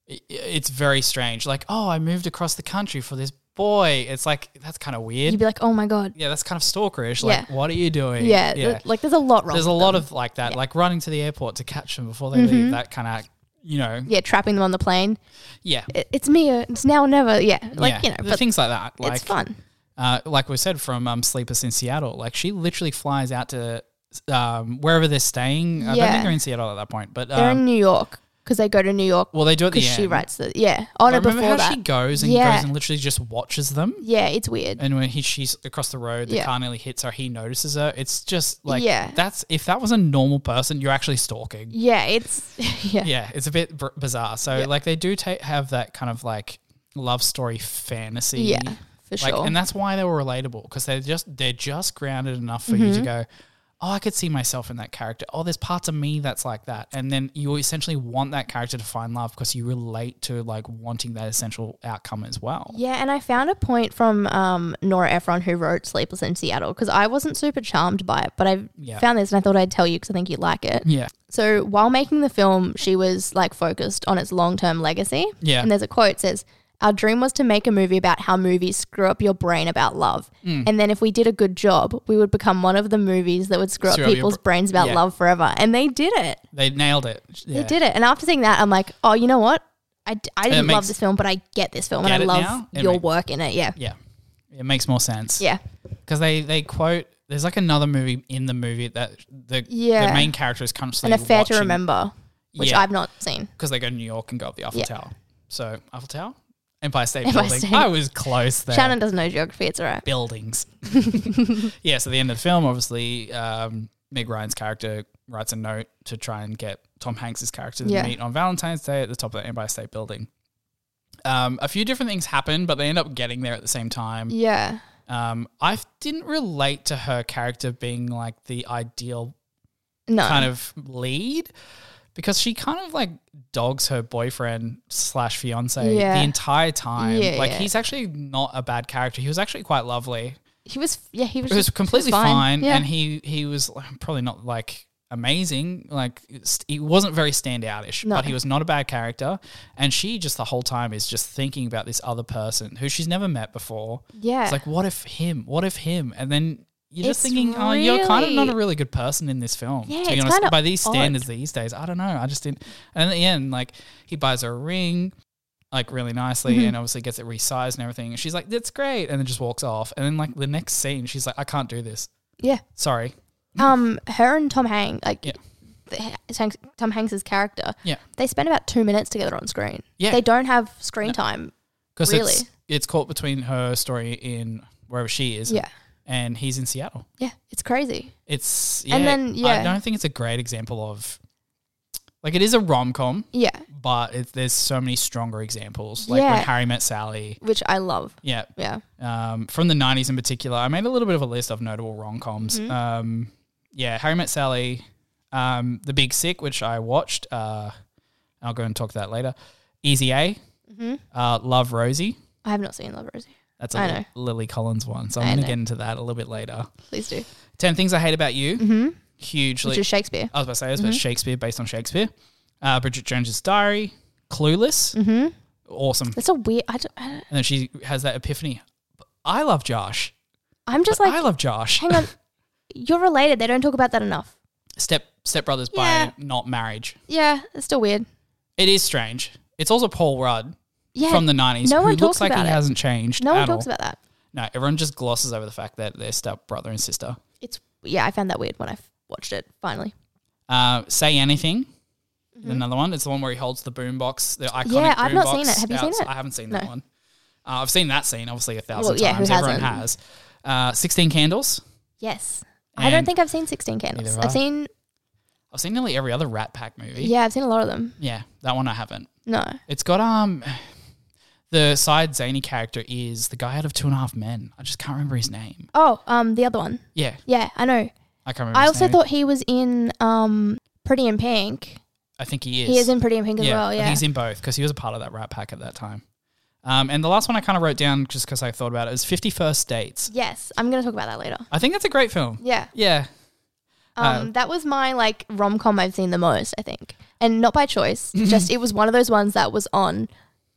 S2: i- it's very strange. Like, oh, I moved across the country for this boy. It's like that's kind of weird.
S1: you'd be like, oh my god,
S2: yeah, that's kind of stalkerish. Like,
S1: Yeah.
S2: what are you doing?
S1: yeah, th- like there's a lot wrong.
S2: There's a
S1: with
S2: lot
S1: them. Mm-hmm.
S2: of like that, like running to the airport to catch them before they leave. That kind of, you know,
S1: yeah, trapping them on the plane.
S2: yeah,
S1: It, it's Mia. It's now or never. Yeah, like
S2: yeah.
S1: you know,
S2: The
S1: but
S2: things like that. Like,
S1: it's fun.
S2: uh, like we said from um, Sleepers in Seattle, like she literally flies out to um, wherever they're staying. I don't
S1: Yeah.
S2: think they're in Seattle at that point, but
S1: They're
S2: um,
S1: in New York because they go to New York
S2: well, they do at the
S1: because
S2: end.
S1: she writes the yeah. Oh
S2: But
S1: no,
S2: remember
S1: before
S2: how
S1: that,
S2: she goes and
S1: Yeah.
S2: goes and literally just watches them.
S1: yeah, it's weird.
S2: And when he she's across the road, the
S1: Yeah.
S2: car nearly hits her. He notices her. It's just like
S1: Yeah.
S2: that's if that was a normal person, you're actually stalking.
S1: Yeah, it's [LAUGHS] yeah.
S2: Yeah, it's a bit b- bizarre. So
S1: Yeah.
S2: like they do ta- have that kind of like love story fantasy.
S1: Yeah, for
S2: like,
S1: sure.
S2: and that's why they were relatable because they're just they're just grounded enough for
S1: Mm-hmm.
S2: you to go, oh, I could see myself in that character. Oh, there's parts of me that's like that, and then you essentially want that character to find love because you relate to like wanting that essential outcome as well.
S1: yeah, and I found a point from um, Nora Ephron who wrote Sleepless in Seattle because I wasn't super charmed by it, but I
S2: Yeah.
S1: found this and I thought I'd tell you because I think you'd like it.
S2: Yeah,
S1: So while making the film, she was like focused on its long term legacy.
S2: Yeah.
S1: And there's a quote that says, Our dream was to make a movie about how movies screw up your brain about love.
S2: Mm.
S1: And then if we did a good job, we would become one of the movies that would screw
S2: Screw up
S1: up
S2: your
S1: people's
S2: br-
S1: brains about
S2: Yeah.
S1: love forever. And they did it.
S2: they nailed it. Yeah.
S1: They did it. And after seeing that, I'm like, Oh, you know what? I, d- I didn't love
S2: makes-
S1: this film, but I get this film
S2: Get
S1: and I
S2: it
S1: love
S2: now? It
S1: your
S2: makes-
S1: work in it. Yeah.
S2: Yeah, it makes more sense.
S1: Yeah.
S2: because they they quote. There's like another movie in the movie that the the
S1: Yeah.
S2: main character is constantly
S1: And a fair to
S2: watching-
S1: remember, which
S2: Yeah.
S1: I've not seen.
S2: because they go to New York and go up the Eiffel
S1: Yeah.
S2: Tower. So Eiffel Tower, Empire State
S1: Empire
S2: Building.
S1: State.
S2: I was close there.
S1: Shannon doesn't know geography. It's all right. [LAUGHS]
S2: Buildings. [LAUGHS] yeah. So the end of the film, obviously, um, Meg Ryan's character writes a note to try and get Tom Hanks's character to
S1: Yeah.
S2: meet on Valentine's Day at the top of the Empire State Building. Um, a few different things happen, but they end up getting there at the same time.
S1: Yeah.
S2: Um, I didn't relate to her character being like the ideal
S1: No.
S2: kind of lead because she kind of like dogs her boyfriend slash fiance
S1: Yeah.
S2: the entire time.
S1: Yeah,
S2: like
S1: yeah.
S2: he's actually not a bad character. He was actually quite lovely.
S1: He was, yeah, he was,
S2: He was
S1: just-
S2: completely
S1: fine.
S2: fine,
S1: Yeah.
S2: and he he was like, probably not like amazing. Like st- he wasn't very standoutish,
S1: No.
S2: but he was not a bad character. And she just the whole time is just thinking about this other person who she's never met before.
S1: Yeah.
S2: It's like what if him? What if him? And then. You're just
S1: It's
S2: thinking, oh, you're kind of not a
S1: really-
S2: really good person in this film.
S1: Yeah,
S2: to be
S1: it's
S2: honest,
S1: kinda
S2: by these
S1: odd.
S2: standards these days, I don't know. I just didn't. And at the end, like he buys her a ring, like really nicely,
S1: Mm-hmm.
S2: and obviously gets it resized and everything. And she's like, "That's great," and then just walks off. And then like the next scene, she's like, "I can't do this.
S1: yeah.
S2: Sorry."
S1: Um, her and Tom Hanks, like
S2: Hmm. Yeah.
S1: the- Hanks- Tom Hanks's character,
S2: Yeah,
S1: they spend about two minutes together on screen.
S2: Yeah.
S1: They don't have screen time.
S2: because it's
S1: Really?
S2: it's caught between her story in wherever she is,
S1: Yeah.
S2: and he's in Seattle.
S1: Yeah. It's crazy.
S2: It's yeah,
S1: And then,
S2: I
S1: yeah.
S2: don't think it's a great example of like it is a rom com,
S1: Yeah.
S2: but it, there's so many stronger examples, like when
S1: Yeah.
S2: Harry met Sally.
S1: Which I love.
S2: Yeah,
S1: Yeah.
S2: um, from the 90s in particular. I made a little bit of a list of notable rom coms.
S1: Mm-hmm.
S2: Um, yeah, Harry Met Sally, um, The Big Sick, which I watched. Uh, I'll go and talk to that later. Easy A, uh, Love Rosie.
S1: I have not seen Love Rosie.
S2: That's a
S1: Mm-hmm. I
S2: Li-
S1: know.
S2: Lily Collins one. So I'm
S1: I
S2: going to
S1: know.
S2: get into that a little bit later.
S1: Please do.
S2: 10 Things I Hate About You. Mm-hmm. Hugely.
S1: Which is Mm-hmm. Shakespeare.
S2: I was about to say, it's about Shakespeare, based on Shakespeare. Uh, Bridget Jones's Diary, Clueless. Mm-hmm. Awesome.
S1: That's a weird. I don't, I don't,
S2: And then she has that epiphany. I love Josh.
S1: I'm just
S2: I
S1: like,
S2: love Josh.
S1: hang on. You're related. They don't talk about that enough.
S2: step stepbrothers
S1: Yeah.
S2: by not marriage.
S1: Yeah. It's still weird.
S2: It is strange. It's also Paul Rudd
S1: Yeah.
S2: from the nineties,
S1: no
S2: who
S1: one
S2: looks
S1: talks
S2: like he
S1: about it.
S2: hasn't changed.
S1: no
S2: at
S1: one talks
S2: all.
S1: about that.
S2: No, everyone just glosses over the fact that they're stepbrother and sister.
S1: It's, yeah, I found that weird when I f- watched it finally.
S2: Uh, Say anything. Another one. It's the one where he holds the boombox, the iconic
S1: Mm-hmm. Yeah, I've not
S2: boombox
S1: seen it. Have you seen
S2: out-
S1: it?
S2: I haven't seen that
S1: No.
S2: one. Uh, I've seen that scene obviously a thousand
S1: Well, yeah, who
S2: times. Everyone
S1: hasn't?
S2: has. Uh, Sixteen Candles.
S1: Yes. I don't
S2: And-
S1: think I've seen 16 Candles.
S2: Neither have
S1: I've
S2: I.
S1: seen,
S2: I've seen nearly every other Rat Pack movie.
S1: yeah, I've seen a lot of them.
S2: Yeah, that one I haven't.
S1: No.
S2: It's got um the side zany character is the guy out of Two and a Half Men. I just can't remember his name.
S1: Oh, um, the other one.
S2: Yeah,
S1: Yeah, I know.
S2: I can't remember.
S1: I
S2: his
S1: also
S2: name.
S1: thought he was in um, Pretty in Pink.
S2: I think he is.
S1: He is in Pretty in Pink as well,
S2: I think
S1: yeah.
S2: he's in both because he was a part of that Rat Pack at that time. Um, and the last one I kind of wrote down just because I thought about it was Fifty First Dates.
S1: Yes, I'm going to talk about that later.
S2: I think that's a great film.
S1: Yeah.
S2: Yeah,
S1: Um, that was my like rom com I've seen the most, I think, and not by
S2: [LAUGHS]
S1: choice. just it was one of those ones that was on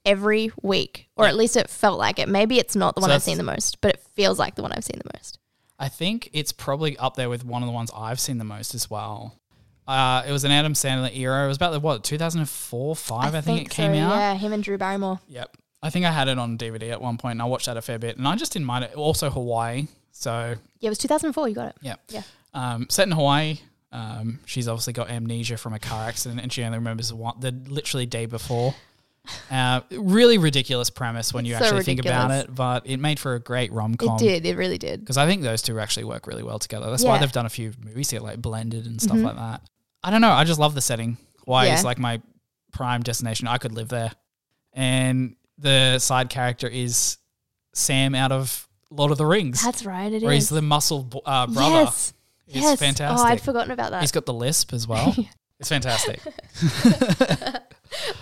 S1: every week, or at least it felt like it. Maybe it's not the one I've
S2: that's-
S1: seen the most, but it feels like the one I've seen the most.
S2: I think it's probably up there with one of the ones I've seen the most as well. Uh, it was an Adam Sandler era. It was about the what 2004, five. I, think, it came
S1: so,
S2: out.
S1: Yeah, him and Drew Barrymore.
S2: Yep. I think I had it on DVD at one point and I watched that a fair bit. And I just didn't mind it. Also, Hawaii. So,
S1: Yeah, it was 2004. You got it.
S2: yeah.
S1: Yeah.
S2: Um, set in Hawaii. Um, she's obviously got amnesia from a car accident and she only remembers the one, the literally day before. Uh, really ridiculous premise when you
S1: It's so
S2: actually think about
S1: ridiculous.
S2: it, but it made for a great rom
S1: It
S2: com.
S1: did. It really did.
S2: Because I think those two actually work really well together. That's why
S1: Yeah. Mm-hmm.
S2: they've done a few movies here, like Blended and stuff like that. I don't know. I just love the setting. Hawaii
S1: Yeah.
S2: is like my prime destination. I could live there. And the side character is Sam out of Lord of the Rings,
S1: That's right. It is.
S2: where he's the muscle bo- uh, brother.
S1: Yes.
S2: It's
S1: yes. Oh, I'd
S2: fantastic.
S1: forgotten about that.
S2: he's got the lisp
S1: [LAUGHS]
S2: as well. It's fantastic.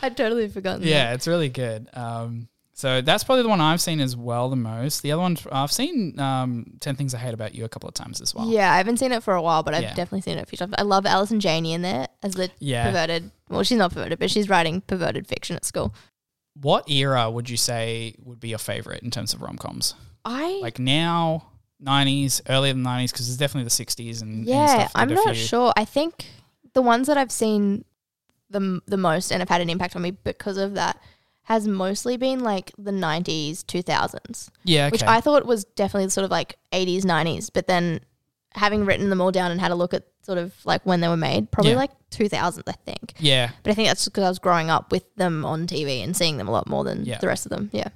S1: I'd totally forgotten. that.
S2: Yeah, it's really good. Um, so that's probably the one I've seen as well the most. The other one I've seen um, Ten Things I Hate About You a couple of times as well.
S1: Yeah, I haven't seen it for a while, but I've
S2: Yeah.
S1: definitely seen it a few times. I love Alice and Janie in there as the
S2: Yeah.
S1: perverted. Well, she's not perverted, but she's writing perverted fiction at school.
S2: What era would you say would be your favorite in terms of rom coms?
S1: I
S2: Like now, nineties, earlier than nineties, because there's definitely the sixties and and
S1: yeah,
S2: stuff
S1: I'm
S2: did a
S1: not
S2: few.
S1: sure. I think the ones that I've seen the m- the most and have had an impact on me because of that has mostly been like the 90s, 2000s,
S2: Yeah,
S1: which
S2: okay.
S1: I thought was definitely sort of like 80s, 90s, but then having written them all down and had a look at sort of like when they were made, probably
S2: Yeah.
S1: like 2000s, I think.
S2: yeah,
S1: But I think that's because I was growing up with them on TV and seeing them a lot more than
S2: Yeah.
S1: the rest of them. Yeah.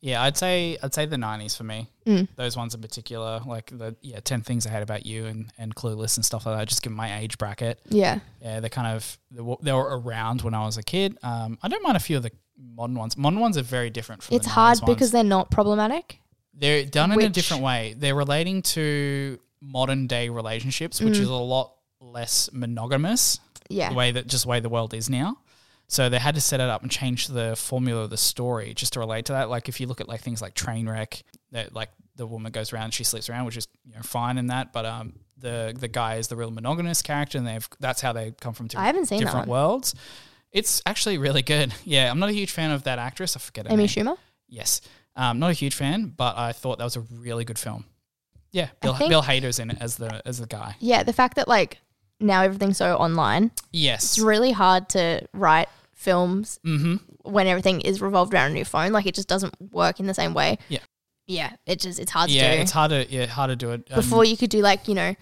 S2: yeah. I'd say I'd say the nineties for me.
S1: Mm.
S2: Those ones in particular, like the yeah, Ten Things I Hate About You and and Clueless and stuff like that. Just given my age bracket,
S1: Yeah.
S2: yeah, they kind of they were- they were around when I was a kid. Um, I don't mind a few of the modern ones. Modern ones are very different from
S1: It's
S2: the
S1: hard
S2: 90s ones.
S1: because they're not problematic.
S2: They're done in a
S1: Which-
S2: different way. They're relating to modern day relationships, which
S1: Mm.
S2: is a lot less monogamous,
S1: Yeah.
S2: the way that just the way the world is now. So they had to set it up and change the formula of the story just to relate to that. Like if you look at like things like Trainwreck, that like the woman goes around, she sleeps around, which is you know fine in that, but um the the guy is the real monogamous character, and they've that's how they come from two
S1: I haven't seen that
S2: different
S1: one.
S2: worlds. It's actually really good. [LAUGHS] Yeah, I'm not a huge fan of that actress. I forget her
S1: Amy
S2: name.
S1: Schumer.
S2: Yes. Um, not a huge fan, but I thought that was a really good film. Yeah, Bill,
S1: think-
S2: Bill Hader's in it as the as the guy.
S1: Yeah. The fact that like now everything's so online,
S2: Yes.
S1: it's really hard to write films
S2: hmm
S1: when everything is revolved around a new phone. Like it just doesn't work in the same way.
S2: Yeah.
S1: Yeah. It just, it's hard
S2: Yeah,
S1: to do.
S2: it's hard to yeah hard to do it um,
S1: Before you could do like, you know,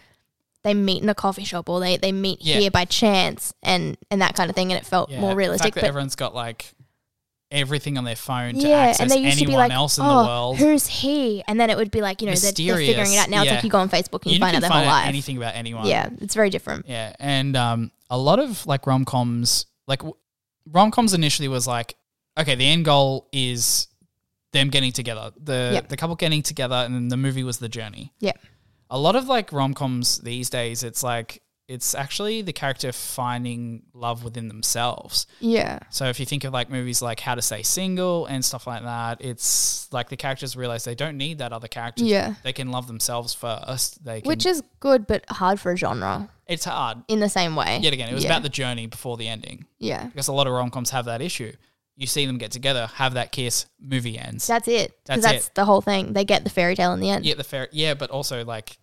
S1: they meet in a coffee shop or they, they meet
S2: Yeah.
S1: here by chance and, and that kind of thing. And it felt
S2: yeah,
S1: more
S2: the
S1: realistic.
S2: fact that everyone's got like everything on their phone to
S1: yeah,
S2: access
S1: and they used to be
S2: anyone
S1: like,
S2: else in
S1: oh,
S2: the world.
S1: who's he? And then it would be like, you know, they're, they're figuring it out. Now it's
S2: Mysterious,
S1: like you go on Facebook and you,
S2: you
S1: find
S2: can
S1: out their
S2: find
S1: whole life.
S2: anything about anyone.
S1: Yeah, it's very different.
S2: Yeah, and um, a lot of like rom coms, like w- rom coms initially was like, okay, the end goal is them getting together, the
S1: Yeah.
S2: the couple getting together, and then the movie was the journey.
S1: Yeah.
S2: A lot of like rom coms these days, it's like it's actually the character finding love within themselves.
S1: Yeah.
S2: So if you think of like movies like How to Stay Single and stuff like that, it's like the characters realize they don't need that other character.
S1: Yeah.
S2: They can love themselves first. They can,
S1: Which is good, but hard for a genre
S2: it's hard.
S1: in the same way.
S2: Yet again, it was
S1: yeah.
S2: about the journey before the ending.
S1: Yeah.
S2: because a lot of rom coms have that issue. You see them get together, have that kiss, movie ends.
S1: That's it.
S2: That's
S1: Because that's the whole thing. They get the fairy tale in the end.
S2: yeah, the fair. Yeah, but also like,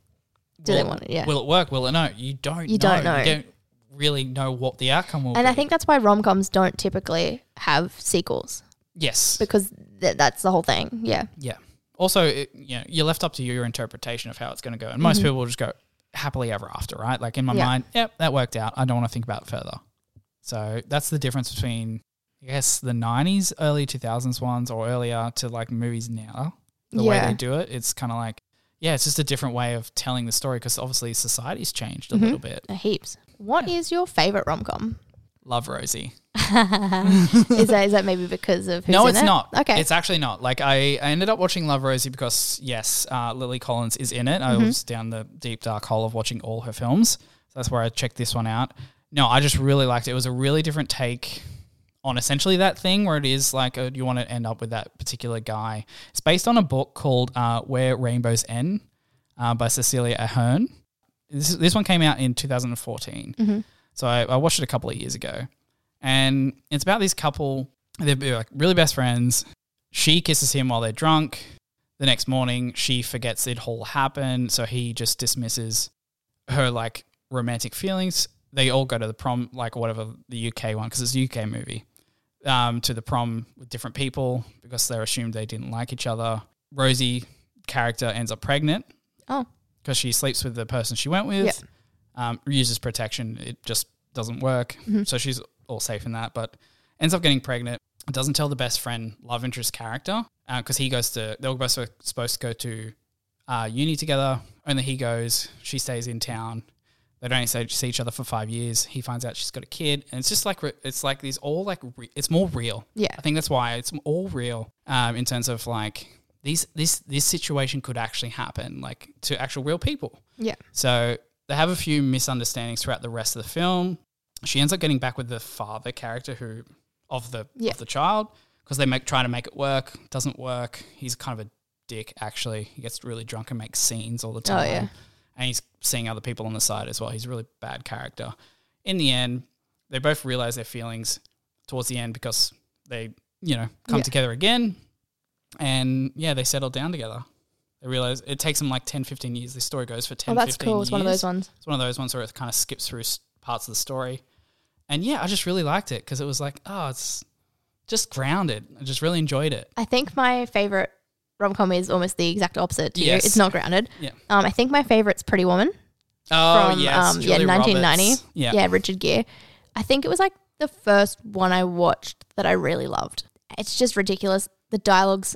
S1: Do they want it? Yeah.
S2: Will it work? Will it no? You don't.
S1: You don't know.
S2: You don't really know what the outcome will.
S1: and
S2: be.
S1: I think that's why rom coms don't typically have sequels
S2: yes,
S1: because th- that's the whole thing. Yeah.
S2: yeah. Also, it, you know, you're left up to your interpretation of how it's going to go, and most people will just go happily ever after, right? Like in my
S1: Mm-hmm. Yeah.
S2: mind, yep, that worked out. I don't want to think about it further. So that's the difference between, I guess, the 90s, early 2000s ones or earlier to like movies now. The way
S1: Yeah.
S2: they do it, it's kind of like, yeah, it's just a different way of telling the story because obviously society's changed a little bit.
S1: Uh, heaps. What is your favorite rom
S2: [LAUGHS]
S1: com?
S2: Love Rosie.
S1: is that is that maybe because of who's
S2: no,
S1: in
S2: it's
S1: it?
S2: not.
S1: Okay,
S2: It's actually not. Like, I, I ended up watching Love Rosie because, yes, uh, Lily Collins is in it. I
S1: Mm-hmm.
S2: was down the deep, dark hole of watching all her films. So that's where I checked this one out. No, I just really liked it. It was a really different take on essentially that thing where it is like uh you want to end up with that particular guy. It's based on a book called uh, Where Rainbows End uh, by Cecilia Ahern. This, this one came out in 2014.
S1: Mm-hmm.
S2: So I, I watched it a couple of years ago. And it's about this couple. They're like really best friends. She kisses him while they're drunk. The next morning, she forgets it all happened. So he just dismisses her like romantic feelings. They all go to the prom, like whatever the UK one, because it's a UK movie, um, to the prom with different people because they're assumed they didn't like each other. Rosie character ends up pregnant.
S1: Oh.
S2: Because she sleeps with the person she went with um, uses protection. It just doesn't work. So she's all safe in that, but ends up getting pregnant. Doesn't tell the best friend, love interest character, because he goes to, they were both supposed to go to uh, uni together. Only he goes, she stays in town. They don't see see each other for five years. He finds out she's got a kid, and it's just like re- it's like these all like re- it's more real.
S1: Yeah.
S2: I think that's why it's all real um, in terms of like these this this situation could actually happen like to actual real people.
S1: yeah,
S2: So they have a few misunderstandings throughout the rest of the film. She ends up getting back with the father character who of the
S1: Yeah.
S2: of the child because they make try to make it work, doesn't work. He's kind of a dick actually. He gets really drunk and makes scenes all the time.
S1: Oh, yeah.
S2: And he's seeing other people on the side as well. He's a really bad character. In the end, they both realize their feelings towards the end because they, you know, come
S1: Yeah.
S2: together again and yeah, they settle down together. They realize it takes them like 10, 15 years. This story goes for 10,
S1: Oh, that's
S2: 15
S1: cool. It's one of
S2: years.
S1: those ones.
S2: It's one of those ones where it kind of skips through s- parts of the story. And yeah, I just really liked it because it was like, oh, it's just grounded. I just really enjoyed it.
S1: I think my favorite rom com is almost the exact opposite. To you.
S2: Yes.
S1: It's not grounded.
S2: Yeah.
S1: Um, I think my favorite's Pretty Woman.
S2: Oh,
S1: From,
S2: yes.
S1: um, yeah,
S2: Julia
S1: 1990.
S2: Roberts. Yeah.
S1: yeah, Richard Gere. I think it was like the first one I watched that I really loved. It's just ridiculous. The dialogue's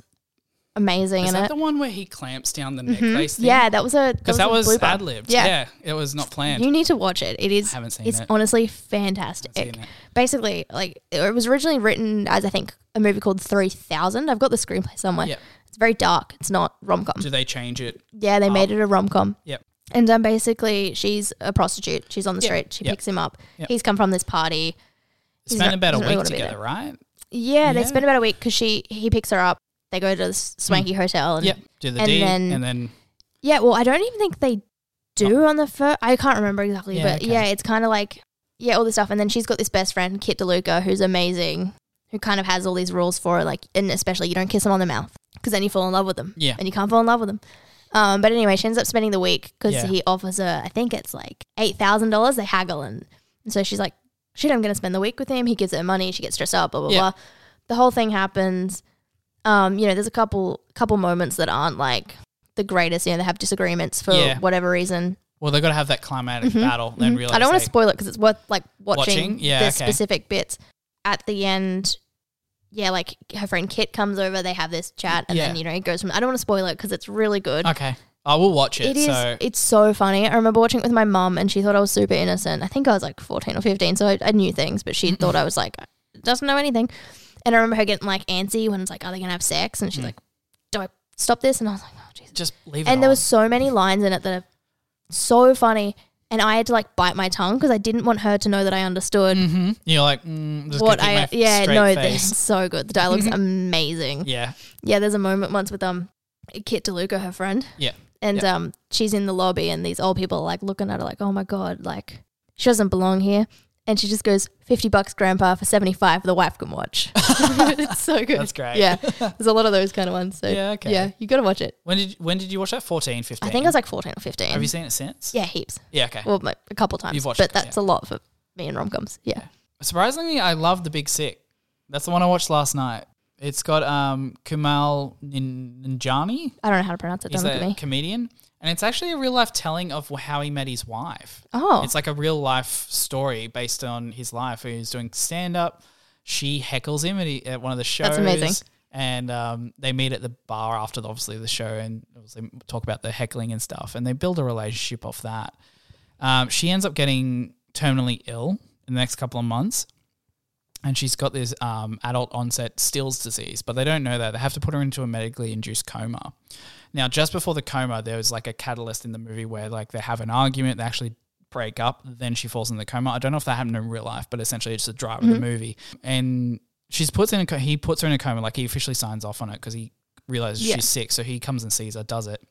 S1: amazing
S2: Is
S1: in it.
S2: that
S1: Mm-hmm.
S2: the one where he clamps down the necklace thing?
S1: yeah, that was a
S2: Because that was
S1: a blooper.
S2: ad libbed. Yeah. It was not planned.
S1: You need to watch it. It is.
S2: haven't seen
S1: it's
S2: it.
S1: honestly fantastic.
S2: seen it.
S1: Basically, like it was originally written as I think a movie called Three Thousand. I've got the screenplay somewhere.
S2: Yeah.
S1: It's very dark. It's not rom com.
S2: Do they change it?
S1: Yeah, they made it a rom com.
S2: Yep.
S1: And um, basically, she's a prostitute. She's on the street. She
S2: Yeah.
S1: picks him up.
S2: Yeah.
S1: He's come from this party. He's
S2: Spend
S1: not-
S2: about a
S1: doesn't really
S2: week
S1: wanna be
S2: together,
S1: there.
S2: right?
S1: Yeah, they
S2: Yeah. Hmm.
S1: spend about a week because she he picks her up. They go to this swanky hotel and
S2: Yep. Do the
S1: And
S2: deed
S1: then-
S2: and then
S1: yeah. Well, I don't even think they do on the first. I can't remember exactly,
S2: Oh. Yeah,
S1: but
S2: okay.
S1: yeah, it's kind of like yeah, all this stuff. And then she's got this best friend Kit DeLuca, who's amazing, who kind of has all these rules for her, like, and especially you don't kiss them on the mouth because then you fall in love with them.
S2: Yeah.
S1: and you can't fall in love with them. Um, but anyway, she ends up spending the week because
S2: Yeah.
S1: he offers her, I think it's like eight thousand dollars. They haggle, and, and so she's like, "Shit, I'm gonna spend the week with him." He gives her money. She gets stressed out. Blah blah
S2: Yeah.
S1: blah. The whole thing happens. Um, you know, there's a couple couple moments that aren't like the greatest. You know, they have disagreements for
S2: Yeah.
S1: whatever reason.
S2: well they got to have that climatic battle. Then realize
S1: Mm-hmm. I don't want to
S2: they-
S1: spoil it because it's worth like watching,
S2: Watching? Yeah,
S1: the
S2: okay.
S1: specific bits at the end. Yeah, like her friend Kit comes over. They have this chat, and then
S2: Yeah.
S1: you know it goes from. I don't want to spoil it because it's really good.
S2: Okay, I will watch it.
S1: It is.
S2: so
S1: It's so funny. I remember watching it with my mum, and she thought I was super innocent. I think I was like fourteen or fifteen, so I, I knew things, but
S2: Mm-hmm.
S1: she thought I was like doesn't know anything. And I remember her getting like antsy when it's like, "Are they gonna have sex?" And she's
S2: Mm.
S1: like, "Do I stop this?" And I was like, "Oh Jesus!"
S2: just leave it.
S1: And there
S2: on.
S1: was so many lines in it that are so funny, and I had to like bite my tongue because I didn't want her to know that I understood
S2: Mhm. You're like mm, just
S1: what
S2: gonna
S1: I.
S2: keep my
S1: Yeah,
S2: straight
S1: no, they're
S2: face.
S1: so good. The dialogue's amazing
S2: [LAUGHS] Yeah,
S1: yeah, there's a moment once with um Kit DeLuca, her friend.
S2: Yeah.
S1: And um she's in the lobby and these old people are like looking at her like, Oh my god, like she doesn't belong here. And she just goes, fifty bucks grandpa for seventy five the wife can
S2: [LAUGHS]
S1: watch. [LAUGHS] it's so good.
S2: That's great. [LAUGHS]
S1: Yeah. There's a lot of those kind of ones. So
S2: Yeah,
S1: yeah,
S2: okay.
S1: you gotta watch it.
S2: When did when did you watch that? 14, 15?
S1: I think I was like fourteen or fifteen.
S2: Have you seen it since?
S1: yeah, heaps.
S2: Yeah. Okay.
S1: Well like, a couple times.
S2: You've watched
S1: but
S2: it,
S1: that's a lot for me and rom coms. Yeah.
S2: Surprisingly, I love The Big Sick. That's the one I watched last night. It's got um, Kumail Nin- Nanjiani.
S1: I don't know how to pronounce it.
S2: He's
S1: Don't look at
S2: a
S1: me.
S2: comedian. And it's actually a real life telling of how he met his wife.
S1: Oh,
S2: It's like a real life story based on his life. He's doing stand up. She heckles him at, he- at one of the shows.
S1: That's amazing.
S2: And um, they meet at the bar after, the, obviously, the show and obviously talk about the heckling and stuff. And they build a relationship off that. Um, she ends up getting terminally ill in the next couple of months. And she's got this um, adult onset Still's disease, but they don't know that. They have to put her into a medically induced coma. Now, just before the coma, there was like a catalyst in the movie where like they have an argument, they actually break up, then she falls in the coma. I don't know if that happened in real life, but essentially it's the drive of the movie. And she's puts in a co- he puts her in a coma, like he officially signs off on it because he realizes
S1: Yeah.
S2: she's sick, so he comes and sees her, does it.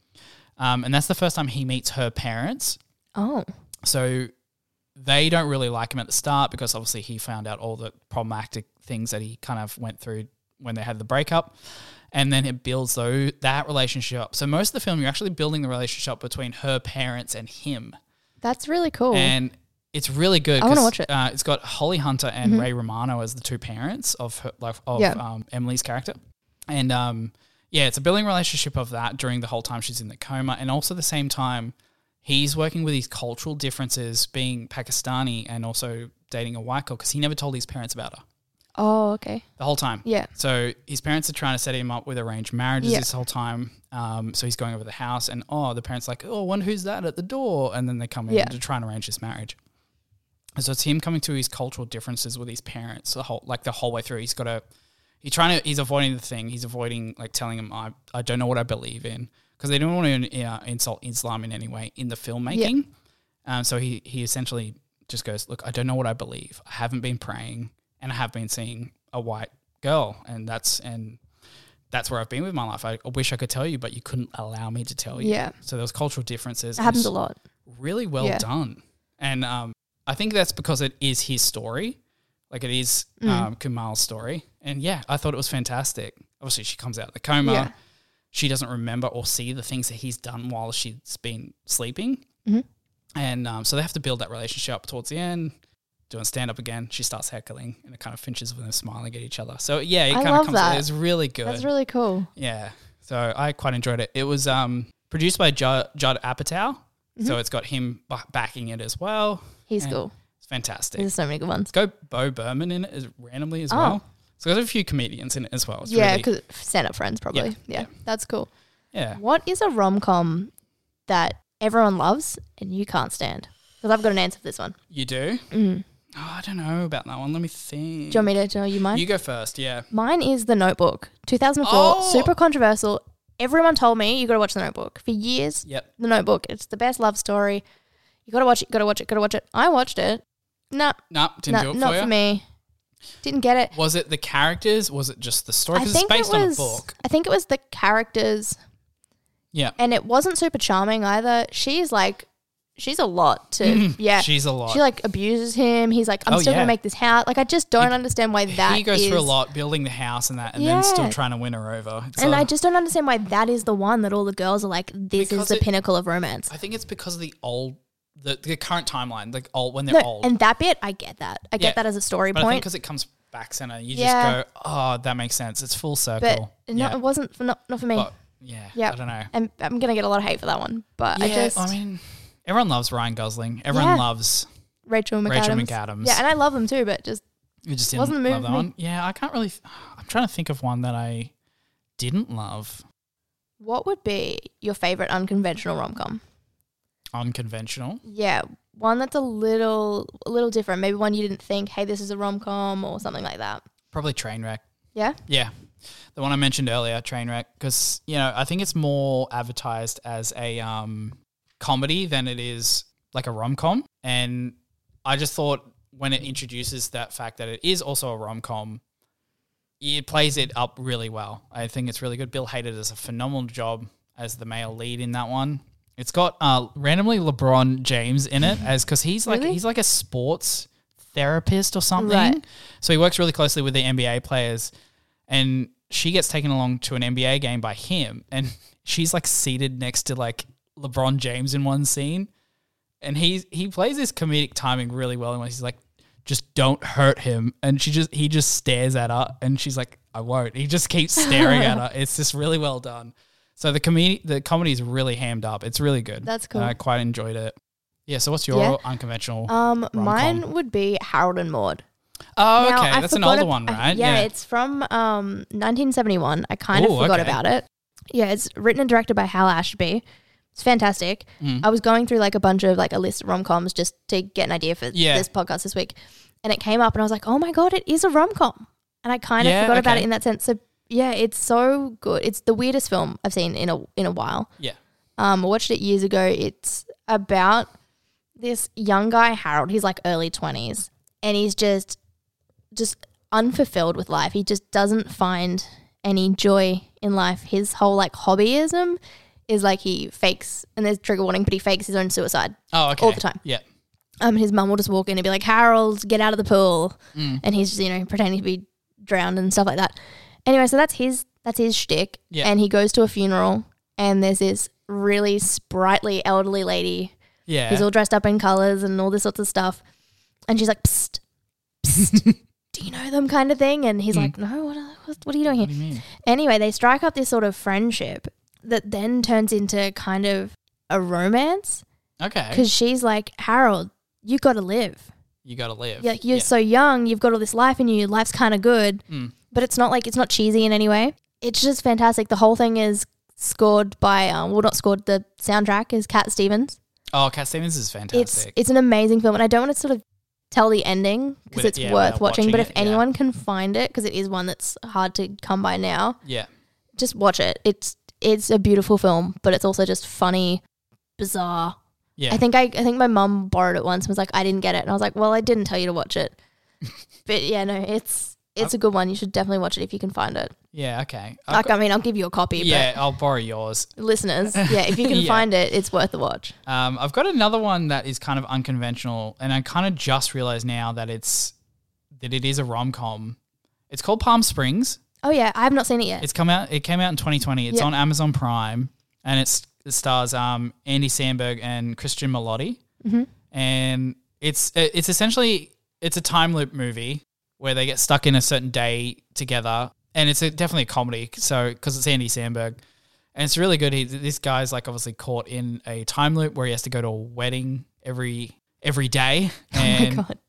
S2: Um, and that's the first time he meets her parents.
S1: oh,
S2: So they don't really like him at the start because obviously he found out all the problematic things that he kind of went through when they had the breakup. And then it builds though that relationship up. So most of the film you're actually building the relationship between her parents and him.
S1: that's really cool.
S2: And it's really good.
S1: I wanna
S2: 'cause,
S1: watch it. Mm-hmm.
S2: Uh, it's got Holly Hunter and Ray Romano as the two parents of her, like, of
S1: Yeah.
S2: um, Emily's character, and um, yeah, it's a building relationship of that during the whole time she's in the coma, and also at the same time he's working with these cultural differences, being Pakistani and also dating a white girl because he never told his parents about her
S1: oh, okay.
S2: the whole time.
S1: Yeah.
S2: So his parents are trying to set him up with arranged marriages
S1: Yeah.
S2: this whole time. Um, so he's going over the house, and oh, the parents like, oh, I wonder who's that at the door, and then they come in
S1: Yeah.
S2: to try and arrange this marriage. And so it's him coming to his cultural differences with his parents the whole like the whole way through. He's got a he's trying to he's avoiding the thing. He's avoiding like telling him I I don't know what I believe in because they don't want to uh, insult Islam in any way in the filmmaking. Um, so he he essentially just goes, look, I don't know what I believe. I haven't been praying, and I have been seeing a white girl, and that's and that's where I've been with my life. I, I wish I could tell you, but you couldn't allow me to tell you.
S1: Yeah.
S2: So there was cultural differences.
S1: It
S2: and
S1: happens
S2: it's
S1: a lot.
S2: Really well
S1: Yeah.
S2: done, and um, I think that's because it is his story, like it is
S1: Mm.
S2: um, Kumail's story, and yeah, I thought it was fantastic. Obviously, she comes out of the coma.
S1: Yeah.
S2: She doesn't remember or see the things that he's done while she's been sleeping,
S1: Mhm.
S2: and um, so they have to build that relationship up towards the end. Doing stand up again, she starts heckling, and it kind of finishes with them smiling at each other. So yeah, it
S1: I
S2: kind of
S1: love
S2: comes.
S1: that.
S2: It's really good.
S1: That's really cool.
S2: Yeah. So I quite enjoyed it. It was um, produced by Judd, Judd Apatow.
S1: Mm-hmm.
S2: So it's got him b- backing it as well.
S1: He's
S2: And
S1: cool.
S2: It's fantastic.
S1: There's so many good ones.
S2: it's got Bo Berman in it as, randomly as
S1: Mm. Oh.
S2: well. So there's a few comedians in it as well. It's
S1: Yeah,
S2: really-
S1: because stand up friends probably. Yeah,
S2: yeah.
S1: that's cool.
S2: yeah.
S1: What is a rom com that everyone loves and you can't stand? Because I've got an answer for this one.
S2: You do?
S1: Mm.
S2: Oh, I don't know about that one. Let me think.
S1: Do you want me to tell you mine?
S2: you go first. Yeah.
S1: mine is The Notebook, 2004,
S2: Oh!
S1: super controversial. Everyone told me you got to watch The Notebook for years.
S2: Yep.
S1: The Notebook, it's the best love story. You got to watch it. Got to watch it. Got to watch it. I watched it. No,
S2: Nah, didn't
S1: no,
S2: do it for
S1: not
S2: you.
S1: for me. Didn't get it.
S2: Was it the characters? Was it just the story?
S1: I
S2: Because it's
S1: think
S2: based
S1: it
S2: on a
S1: was.
S2: book.
S1: I think it was the characters
S2: Yeah.
S1: and it wasn't super charming either. She's like, she's a lot to yeah.
S2: Mm-hmm. She's a lot.
S1: She like abuses him. He's like, I'm
S2: Oh,
S1: still
S2: yeah.
S1: gonna make this house. Like, I just don't understand why that.
S2: he goes through a
S1: is-
S2: lot building the house and that, and then still
S1: Yeah.
S2: trying to win her over. It's
S1: and
S2: a-
S1: I just don't understand why that is the one that all the girls are like. This
S2: Because
S1: is the
S2: it-
S1: pinnacle of romance.
S2: I think it's because of the old, the, the current timeline, like old when they're
S1: No,
S2: old.
S1: and that bit I get that. I get
S2: Yeah.
S1: that as a story
S2: but I think
S1: point.
S2: because it comes back center, you
S1: Yeah.
S2: just go, oh, that makes sense. It's full
S1: But
S2: circle.
S1: no,
S2: yeah.
S1: it wasn't for, not not for me.
S2: But, yeah,
S1: Yeah.
S2: I don't know.
S1: and I'm gonna get a lot of hate for that one. But
S2: yeah,
S1: I just
S2: mean, everyone loves Ryan Gosling.
S1: Yeah.
S2: Everyone loves.
S1: Rachel McAdams.
S2: Rachel McAdams.
S1: Yeah, and I love them too, but just
S2: You just didn't
S1: Wasn't the movie
S2: love that
S1: for me.
S2: one. Yeah, I can't really. th- I'm trying to think of one that I didn't love.
S1: what would be your favorite unconventional rom com?
S2: Unconventional.
S1: Yeah, one that's a little a little different. Maybe one you didn't think, hey, this is a rom com or something like that.
S2: Probably Trainwreck.
S1: Yeah,
S2: Yeah. The one I mentioned earlier, Trainwreck, because, you know, I think it's more advertised as a um, comedy than it is like a rom com. And I just thought when it introduces that fact that it is also a rom com, it plays it up really well. I think it's really good. Bill Hader does a phenomenal job as the male lead in that one. It's got uh, randomly LeBron James in it as because he's like
S1: Really?
S2: he's like a sports therapist or something.
S1: Right.
S2: So he works really closely with the NBA players, and she gets taken along to an NBA game by him, and [LAUGHS] she's like seated next to like LeBron James in one scene, and he he plays his comedic timing really well. And he's like, "Just don't hurt him," and she just he just stares at her, and she's like, I won't. He
S1: [LAUGHS]
S2: just keeps staring at her. It's just really well done. So the comedy the comedy's really hammed up. It's really good.
S1: That's
S2: And I
S1: cool.
S2: quite enjoyed it. Yeah, so what's your
S1: Yeah.
S2: unconventional?
S1: Um,
S2: Rom-com.
S1: mine would be Harold and Maude.
S2: oh,
S1: Now,
S2: okay.
S1: I
S2: That's an
S1: forgot
S2: older
S1: ab-
S2: one,
S1: I-
S2: right?
S1: yeah, it's from um 1971. I kind
S2: Ooh,
S1: of forgot
S2: okay.
S1: about it. Yeah, it's written and directed by Hal Ashby. It's fantastic.
S2: Mm-hmm.
S1: I was going through like a bunch of like a list of rom coms just to get an idea for
S2: Yeah.
S1: this podcast this week, and it came up, and I was like, oh my god, it is a rom com, and I kind of
S2: Yeah,
S1: forgot about
S2: okay.
S1: it in that sense. So yeah, it's so good. It's the weirdest film I've seen in a in a while.
S2: Yeah.
S1: Um, I watched it years ago. It's about this young guy, Harold. He's like early twenties, and he's just just unfulfilled with life. He just doesn't find any joy in life. His whole like hobbyism is like he fakes, and there's trigger warning, but he fakes his own suicide.
S2: Oh, okay.
S1: the time.
S2: Yeah.
S1: Um, his mum will just walk in and be like, "Harold, get out of the pool,"
S2: Mm.
S1: and he's just you know pretending to be drowned and stuff like that. Anyway, so that's his that's his shtick,
S2: Yeah.
S1: and he goes to a funeral, and there's this really sprightly elderly lady
S2: Yeah. [LAUGHS]
S1: who's all dressed up in colors and all this sorts of stuff, and she's like, "Psst, psst, do you know them?" kind of thing, and he's like, "No, what are, what- what are you doing here?"
S2: Mm. what do you mean?
S1: Anyway, they strike up this sort of friendship that then turns into kind of a romance
S2: Okay.
S1: because she's like harold you got to live
S2: You got to live.
S1: You're like you're
S2: yeah.
S1: so young you've got all this life in you life's kind of good
S2: Mm.
S1: but it's not like it's not cheesy in any way it's just fantastic the whole thing is scored by um, well not scored the soundtrack is cat stevens
S2: Oh, Cat Stevens is
S1: it's
S2: fantastic.
S1: it's an amazing film and i don't want to sort of tell the ending
S2: With
S1: because
S2: it-
S1: it's
S2: yeah,
S1: worth
S2: without
S1: watching, but
S2: watching
S1: if
S2: it, yeah.
S1: anyone can find it because it is one that's hard to come by now
S2: yeah.
S1: just watch it it's it's a beautiful film but it's also just funny bizarre
S2: Yeah.
S1: I think I, I think my mum borrowed it once and was like, I didn't get it. And I was like, well, I didn't tell you to watch
S2: [LAUGHS]
S1: it. but yeah, no, it's it's a good one. You should definitely watch it if you can find it.
S2: yeah. Okay. I've
S1: Like,
S2: got-
S1: I mean, I'll give you a copy,
S2: yeah. I'll borrow yours.
S1: but
S2: [LAUGHS]
S1: listeners, yeah, if you can
S2: Yeah.
S1: find it, it's worth a watch.
S2: Um, I've got another one that is kind of unconventional, and I kind of just realized now that it's that it is a rom com. It's called Palm Springs.
S1: Oh yeah, I have not seen it yet.
S2: It's come out. It came out in 2020. It's
S1: Yeah.
S2: on Amazon Prime, and it's it stars um, Andy Sandberg and Christian Melotti.
S1: Mm-hmm.
S2: And it's it's essentially it's a time loop movie where they get stuck in a certain day together, and it's a, definitely a comedy. So because it's Andy Sandberg, and it's really good. He, this guy's like obviously caught in a time loop where he has to go to a wedding every every day, and
S1: [LAUGHS] [LAUGHS] oh my god.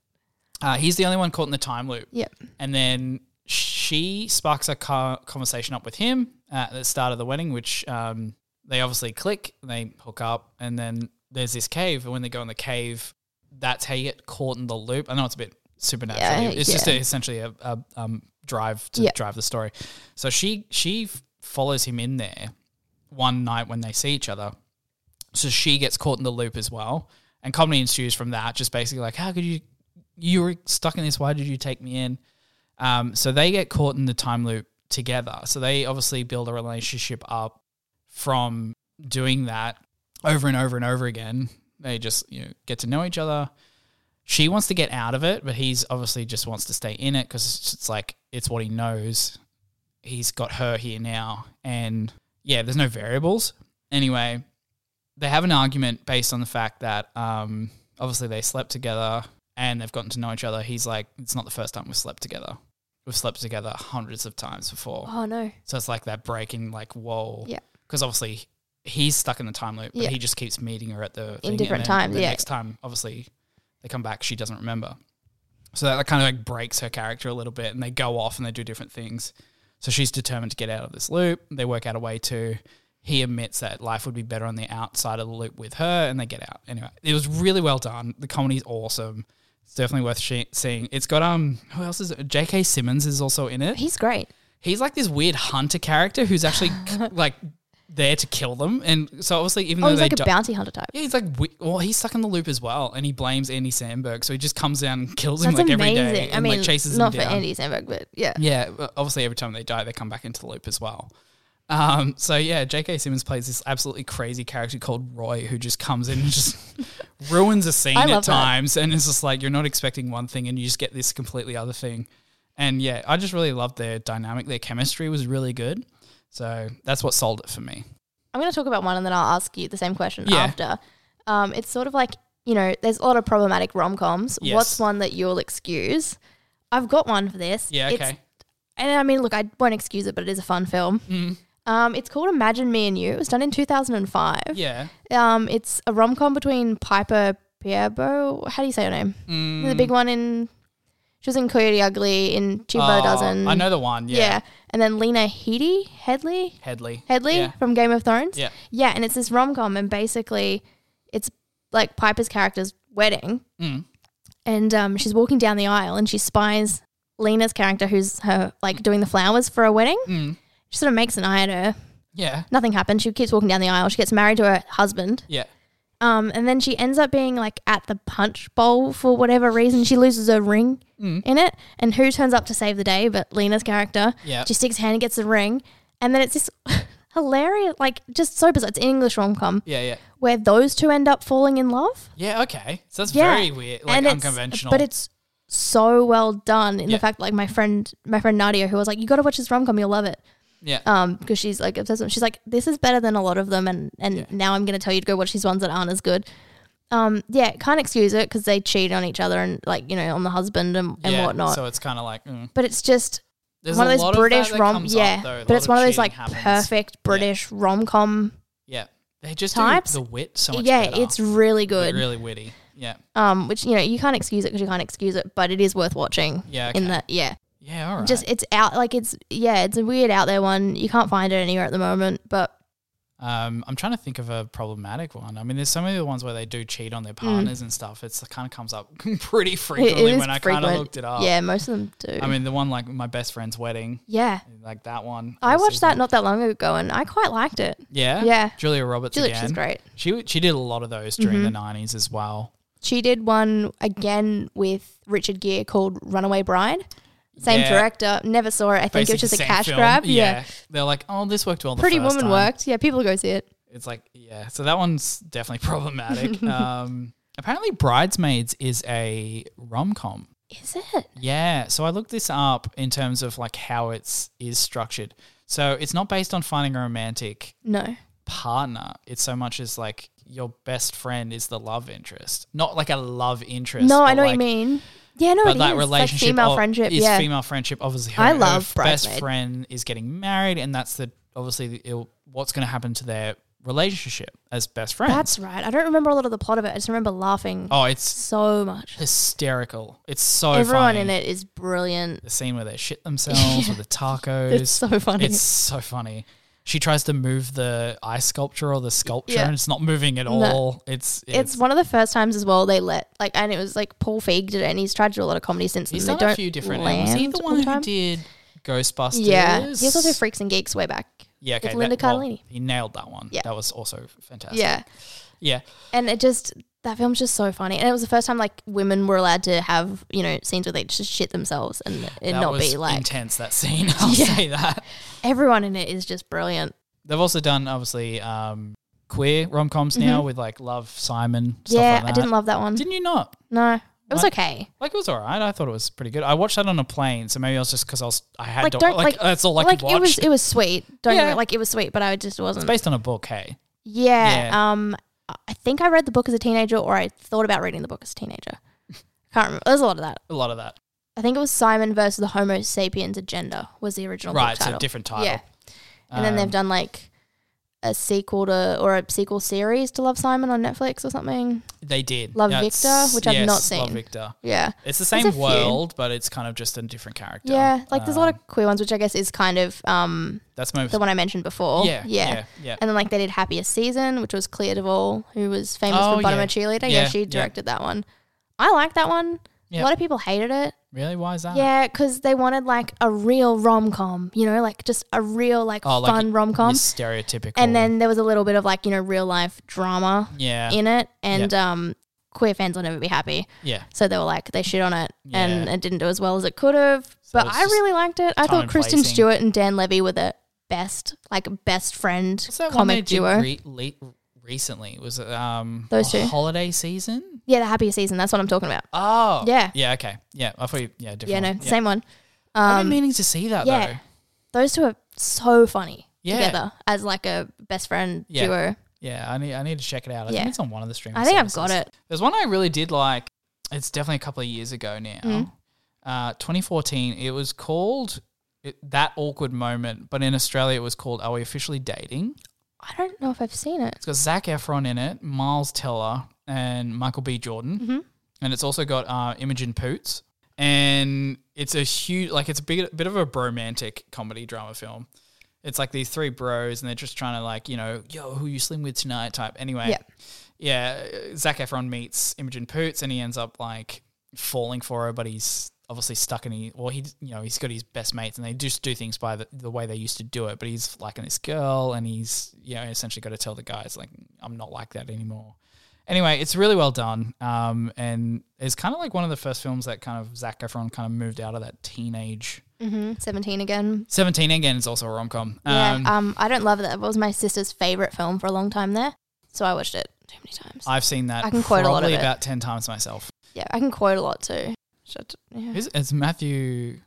S2: uh, he's the only one caught in the time loop
S1: Yep.
S2: and then she sparks a co- conversation up with him at the start of the wedding, which um, they obviously click, and they hook up, and then there's this cave. And when they go in the cave, that's how you get caught in the loop. I know it's a bit supernatural.
S1: Yeah,
S2: it's just
S1: yeah.
S2: a, essentially a, a um, drive to
S1: Yeah.
S2: drive the story. So she she f- follows him in there one night when they see each other. So she gets caught in the loop as well. And comedy ensues from that, just basically like, how could you, you were stuck in this. Why did you take me in? Um, so they get caught in the time loop together. So they obviously build a relationship up from doing that over and over and over again. They just you know get to know each other. She wants to get out of it, but he's obviously just wants to stay in it because it's like it's what he knows. He's got her here now, and yeah, there's no variables. Anyway, they have an argument based on the fact that um, obviously they slept together and they've gotten to know each other. He's like, it's not the first time we've slept together. We've slept together hundreds of times before.
S1: Oh no.
S2: So it's like that breaking, like, whoa.
S1: Yeah.
S2: Because obviously he's stuck in the time loop, but
S1: Yeah.
S2: he just keeps meeting her at the thing, and
S1: different
S2: then
S1: times,
S2: The
S1: yeah.
S2: next time, obviously, they come back, she doesn't remember. So that kind of like breaks her character a little bit, and they go off and they do different things. So she's determined to get out of this loop. They work out a way to. He admits that life would be better on the outside of the loop with her, and they get out. Anyway, it was really well done. The comedy's awesome. It's definitely worth she- seeing. It's got um, who else is it? J.K. Simmons is also in it
S1: He's great.
S2: he's like this weird hunter character
S1: [LAUGHS]
S2: who's actually like there to kill them. And so obviously, even
S1: Oh,
S2: though
S1: he's
S2: they
S1: like a
S2: do-
S1: bounty hunter type.
S2: yeah, he's like we- well, he's stuck in the loop as well, and he blames Andy Sandberg. So he just comes down and kills
S1: That's
S2: him like
S1: amazing.
S2: every day, and
S1: I mean,
S2: like chases
S1: not
S2: him down.
S1: for Andy Samberg, but yeah.
S2: Yeah, but obviously, every time they die, they come back into the loop as well. Um, so yeah, J.K. Simmons plays this absolutely crazy character called Roy, who just comes in and just
S1: [LAUGHS]
S2: ruins a scene
S1: I
S2: at
S1: love that.
S2: times, and it's just like you're not expecting one thing, and you just get this completely other thing. And yeah, I just really loved their dynamic. Their chemistry was really good. So that's what sold it for me.
S1: I'm going to talk about one and then I'll ask you the same question
S2: Yeah.
S1: after. Um, it's sort of like, you know, there's a lot of problematic rom coms.
S2: Yes.
S1: What's one that you'll excuse? I've got one for this.
S2: Yeah,
S1: It's-
S2: okay.
S1: And I mean, look, I won't excuse it, but it is a fun film.
S2: Mm.
S1: Um, it's called Imagine Me and You. It was done in 2005.
S2: Yeah.
S1: Um, it's a rom com between Piper Pierbo. How do you say her name?
S2: Mm.
S1: The big one in. She was in Coyote Ugly, in Two Does
S2: Oh,
S1: Dozen.
S2: I know the one. Yeah.
S1: Yeah. And then Lena Headey, Headley,
S2: Headley.
S1: Headley
S2: Yeah.
S1: from Game of Thrones.
S2: Yeah.
S1: Yeah, and it's this rom com, and basically, it's like Piper's character's wedding,
S2: Mm.
S1: and um, she's walking down the aisle, and she spies Lena's character, who's her like doing the flowers for a wedding.
S2: Mm.
S1: She sort of makes an eye at her.
S2: Yeah.
S1: Nothing happens. She keeps walking down the aisle. She gets married to her husband,
S2: Yeah.
S1: um, and then she ends up being like at the punch bowl for whatever reason. She loses her ring in it, and who turns up to save the day? But Lena's character.
S2: Yeah.
S1: She sticks her hand and gets the ring, and then it's this [LAUGHS] hilarious, like just so bizarre. It's an English rom com
S2: Yeah. Yeah.
S1: where those two end up falling in love.
S2: Yeah. Okay. So that's
S1: Yeah.
S2: very weird. Like
S1: and it's-
S2: unconventional.
S1: but it's so well done in
S2: Yeah.
S1: the fact, like my friend, my friend Nadia, who was like, "You got to watch this rom com, you'll love it,"
S2: yeah.
S1: um, because she's like obsessed. With, she's like, "This is better than a lot of them," and and
S2: Yeah.
S1: now I'm gonna tell you to go watch these ones that aren't as good. Um, yeah, can't excuse it because they cheat on each other and like you know on the husband and, and
S2: yeah.
S1: whatnot.
S2: So it's kind of like mm.
S1: but it's just
S2: There's
S1: one
S2: a
S1: of those
S2: lot
S1: British
S2: of that that
S1: rom,
S2: comes up,
S1: yeah.
S2: though. A
S1: but
S2: lot
S1: it's
S2: of
S1: one of those
S2: cheating
S1: like
S2: happens.
S1: perfect British rom com.
S2: Yeah. They just
S1: types.
S2: do the wit so much.
S1: Yeah,
S2: better.
S1: it's really
S2: They're
S1: good.
S2: really witty. Yeah.
S1: um, which you know you can't excuse it because you can't excuse it, but it is worth watching.
S2: Yeah, okay.
S1: in that, yeah,
S2: Yeah. All right.
S1: just it's out like it's yeah, it's a weird out there one. You can't find it anywhere at the moment, but
S2: um, I'm trying to think of a problematic one. I mean, there's so many ones where they do cheat on their partners and stuff. It's kind of comes up [LAUGHS]
S1: Mm.
S2: pretty
S1: it, it
S2: frequently
S1: is
S2: when I kind
S1: frequent.
S2: of looked it up.
S1: Yeah, most of them do.
S2: I mean, the one like my best friend's wedding,
S1: yeah,
S2: like that one.
S1: I watched
S2: season-
S1: that not that long ago, and I quite liked it.
S2: Yeah.
S1: Yeah.
S2: Julia Roberts
S1: Julia
S2: again.
S1: is great. Mm-hmm.
S2: She she did a lot of those during the nineties as well.
S1: She did one again with Richard Gere called Runaway Bride. Same
S2: Yeah.
S1: director. Never saw it. I think
S2: Basically
S1: it was just a
S2: the same
S1: cash
S2: film.
S1: grab. Yeah.
S2: They're like, oh, this worked well. The
S1: Pretty
S2: first
S1: Woman
S2: time.
S1: worked. Yeah, people go see it.
S2: It's like, yeah. So that one's definitely
S1: [LAUGHS]
S2: [LAUGHS] problematic. um, apparently, Bridesmaids is a rom com.
S1: Is it?
S2: Yeah. So I looked this up in terms of like how it's is structured. So it's not based on finding a romantic
S1: No.
S2: partner. It's so much as like your best friend is the love interest, not like a love interest.
S1: No, I
S2: but,
S1: know what you
S2: like,
S1: mean. Yeah, no, it
S2: but
S1: is.
S2: that
S1: like
S2: relationship
S1: female
S2: of-
S1: friendship.
S2: is
S1: Yeah,
S2: female friendship obviously her,
S1: I love
S2: her best
S1: Bridesmaid.
S2: friend is getting married and that's the obviously the, it'll- what's going to happen to their relationship as best friends
S1: that's right. I don't remember a lot of the plot of it. I just remember laughing
S2: oh it's
S1: so much.
S2: hysterical it's so
S1: Everyone
S2: funny.
S1: in it is brilliant.
S2: the scene where they shit themselves with the
S1: [LAUGHS]
S2: tacos
S1: It's so funny.
S2: it's so funny she tries to move the ice sculpture or the sculpture
S1: Yeah.
S2: and it's not moving at all it's
S1: [LAUGHS] it's,
S2: it's,
S1: one of the first times as well they let like, and it was like Paul Feig did it, and he's tried to do a lot of comedy since.
S2: he's
S1: and
S2: done
S1: they don't
S2: a few different
S1: land
S2: ones. Is he the
S1: all
S2: one
S1: the
S2: who
S1: time.
S2: did ghostbusters
S1: Yeah, he was also Freaks and Geeks way back.
S2: Yeah, okay.
S1: with Linda
S2: that- well,
S1: Cardellini.
S2: he nailed that one.
S1: Yeah.
S2: That was also fantastic.
S1: yeah,
S2: Yeah.
S1: and it just that film's just so funny, and it was the first time like women were allowed to have you know scenes where they just shit themselves and it
S2: That
S1: not
S2: was
S1: be like
S2: intense that scene. [LAUGHS] I'll
S1: Yeah.
S2: say that.
S1: everyone in it is just brilliant.
S2: They've also done obviously um, queer rom coms now with like Love Simon. Stuff
S1: Mm-hmm. yeah,
S2: like that.
S1: I didn't love that one.
S2: Didn't you not?
S1: No, it was
S2: What?
S1: okay.
S2: Like it was all right. I thought it was pretty good. I watched that on a plane, so maybe it was just because I was I had
S1: Like,
S2: to
S1: don't
S2: like,
S1: like,
S2: that's all I
S1: like
S2: could watch.
S1: it was it was sweet. Don't get me
S2: Yeah.
S1: wrong, like it was sweet, but I just wasn't.
S2: based on a book. Hey,
S1: Yeah,
S2: Yeah.
S1: Um, I- I think I read the book as a teenager, or I thought about reading the book as a
S2: [LAUGHS]
S1: teenager. Can't remember. There's a lot of that.
S2: a lot of that.
S1: I think it was Simon versus the Homo Sapiens Agenda was the original
S2: Right,
S1: book
S2: so
S1: title.
S2: different title. Um,
S1: Yeah, and then they've done like a sequel to or a sequel series to Love Simon on Netflix or something.
S2: They did
S1: Love
S2: it's-
S1: Victor, which I've not
S2: yes, Love
S1: seen.
S2: Victor.
S1: Yeah,
S2: It's the
S1: There's a
S2: same
S1: few.
S2: world, but it's kind of just a different character. Um,
S1: yeah. Like there's a
S2: Uh,
S1: lot of queer ones, which I guess is kind of um
S2: That's my
S1: the one I mentioned before.
S2: yeah,
S1: yeah.
S2: yeah, yeah.
S1: And then like they did Happiest Season, which was Claire Duvall, who was famous
S2: Oh,
S1: for Bottom
S2: yeah.
S1: a Cheerleader. Yeah,
S2: Yeah, yeah.
S1: she directed that one. I liked that one.
S2: Yeah. Uh-huh.
S1: A lot of people hated it.
S2: Really? Why is that?
S1: Yeah, because they wanted like a real rom com, you know, like just a real like
S2: Oh, like
S1: fun
S2: y-
S1: rom com.
S2: Your stereotypical.
S1: And then there was a little bit of like you know real life drama
S2: yeah,
S1: in it, and um, queer fans will never be happy.
S2: yeah,
S1: So they were like they shit on it, and
S2: Yeah.
S1: it didn't do as well as it could have. but
S2: it's
S1: I
S2: just
S1: really liked it. I
S2: time
S1: thought
S2: and
S1: Kristen
S2: placing.
S1: Stewart and Dan Levy were the best, like best friend
S2: What's that one they
S1: comic
S2: did
S1: duo.
S2: re- le- recently? Was it um
S1: Those
S2: a
S1: two.
S2: holiday season?
S1: Yeah, the happiest season. That's what I'm talking about.
S2: Oh,
S1: Yeah.
S2: yeah. Okay, yeah. I thought you, yeah, different.
S1: Yeah, no,
S2: one.
S1: same one.
S2: I've been
S1: Um,
S2: meaning to see that
S1: yeah.
S2: though.
S1: those two are so funny
S2: Yeah.
S1: together as like a best friend
S2: Yeah.
S1: duo.
S2: Yeah, I need I need to check it out. I
S1: Yeah.
S2: think it's on one of the streaming.
S1: I think I've
S2: services.
S1: got it.
S2: There's one I really did like.
S1: Mm-hmm.
S2: It's definitely a couple of years ago now. Uh, 2014. It was called It, that awkward moment, but in Australia it was called "Are We Officially Dating?"
S1: I don't know if I've seen it.
S2: It's got Zach Efron in it, Miles Teller, and Michael B. Jordan, and it's also got uh, Imogen Poots. And it's a huge, like, it's a big, bit of a bromantic comedy drama film. It's like these three bros, and they're just trying to like, you know, yo, who you slim with tonight type. Anyway,
S1: Yeah.
S2: yeah, Zach Efron meets Imogen Poots, and he ends up like falling for her, but he's obviously stuck in. He, well, he, you know, he's got his best mates, and they just do things by the, the way they used to do it. But he's liking this girl, and he's, you know, essentially got to tell the guys like, I'm not like that anymore. Anyway, it's really well done, um, and it's kind of like one of the first films that kind of Zach Efron kind of moved out of that teenage.
S1: Mm-hmm. Seventeen again.
S2: Seventeen again is also a rom com.
S1: Yeah. Um, I don't love that. It was my sister's favorite film for a long time there, so I watched it too many times.
S2: I've seen that
S1: I can quote a lot of
S2: probably
S1: it.
S2: about ten times myself.
S1: yeah, I can quote a lot too. Shut, yeah.
S2: Is, it's Matthew,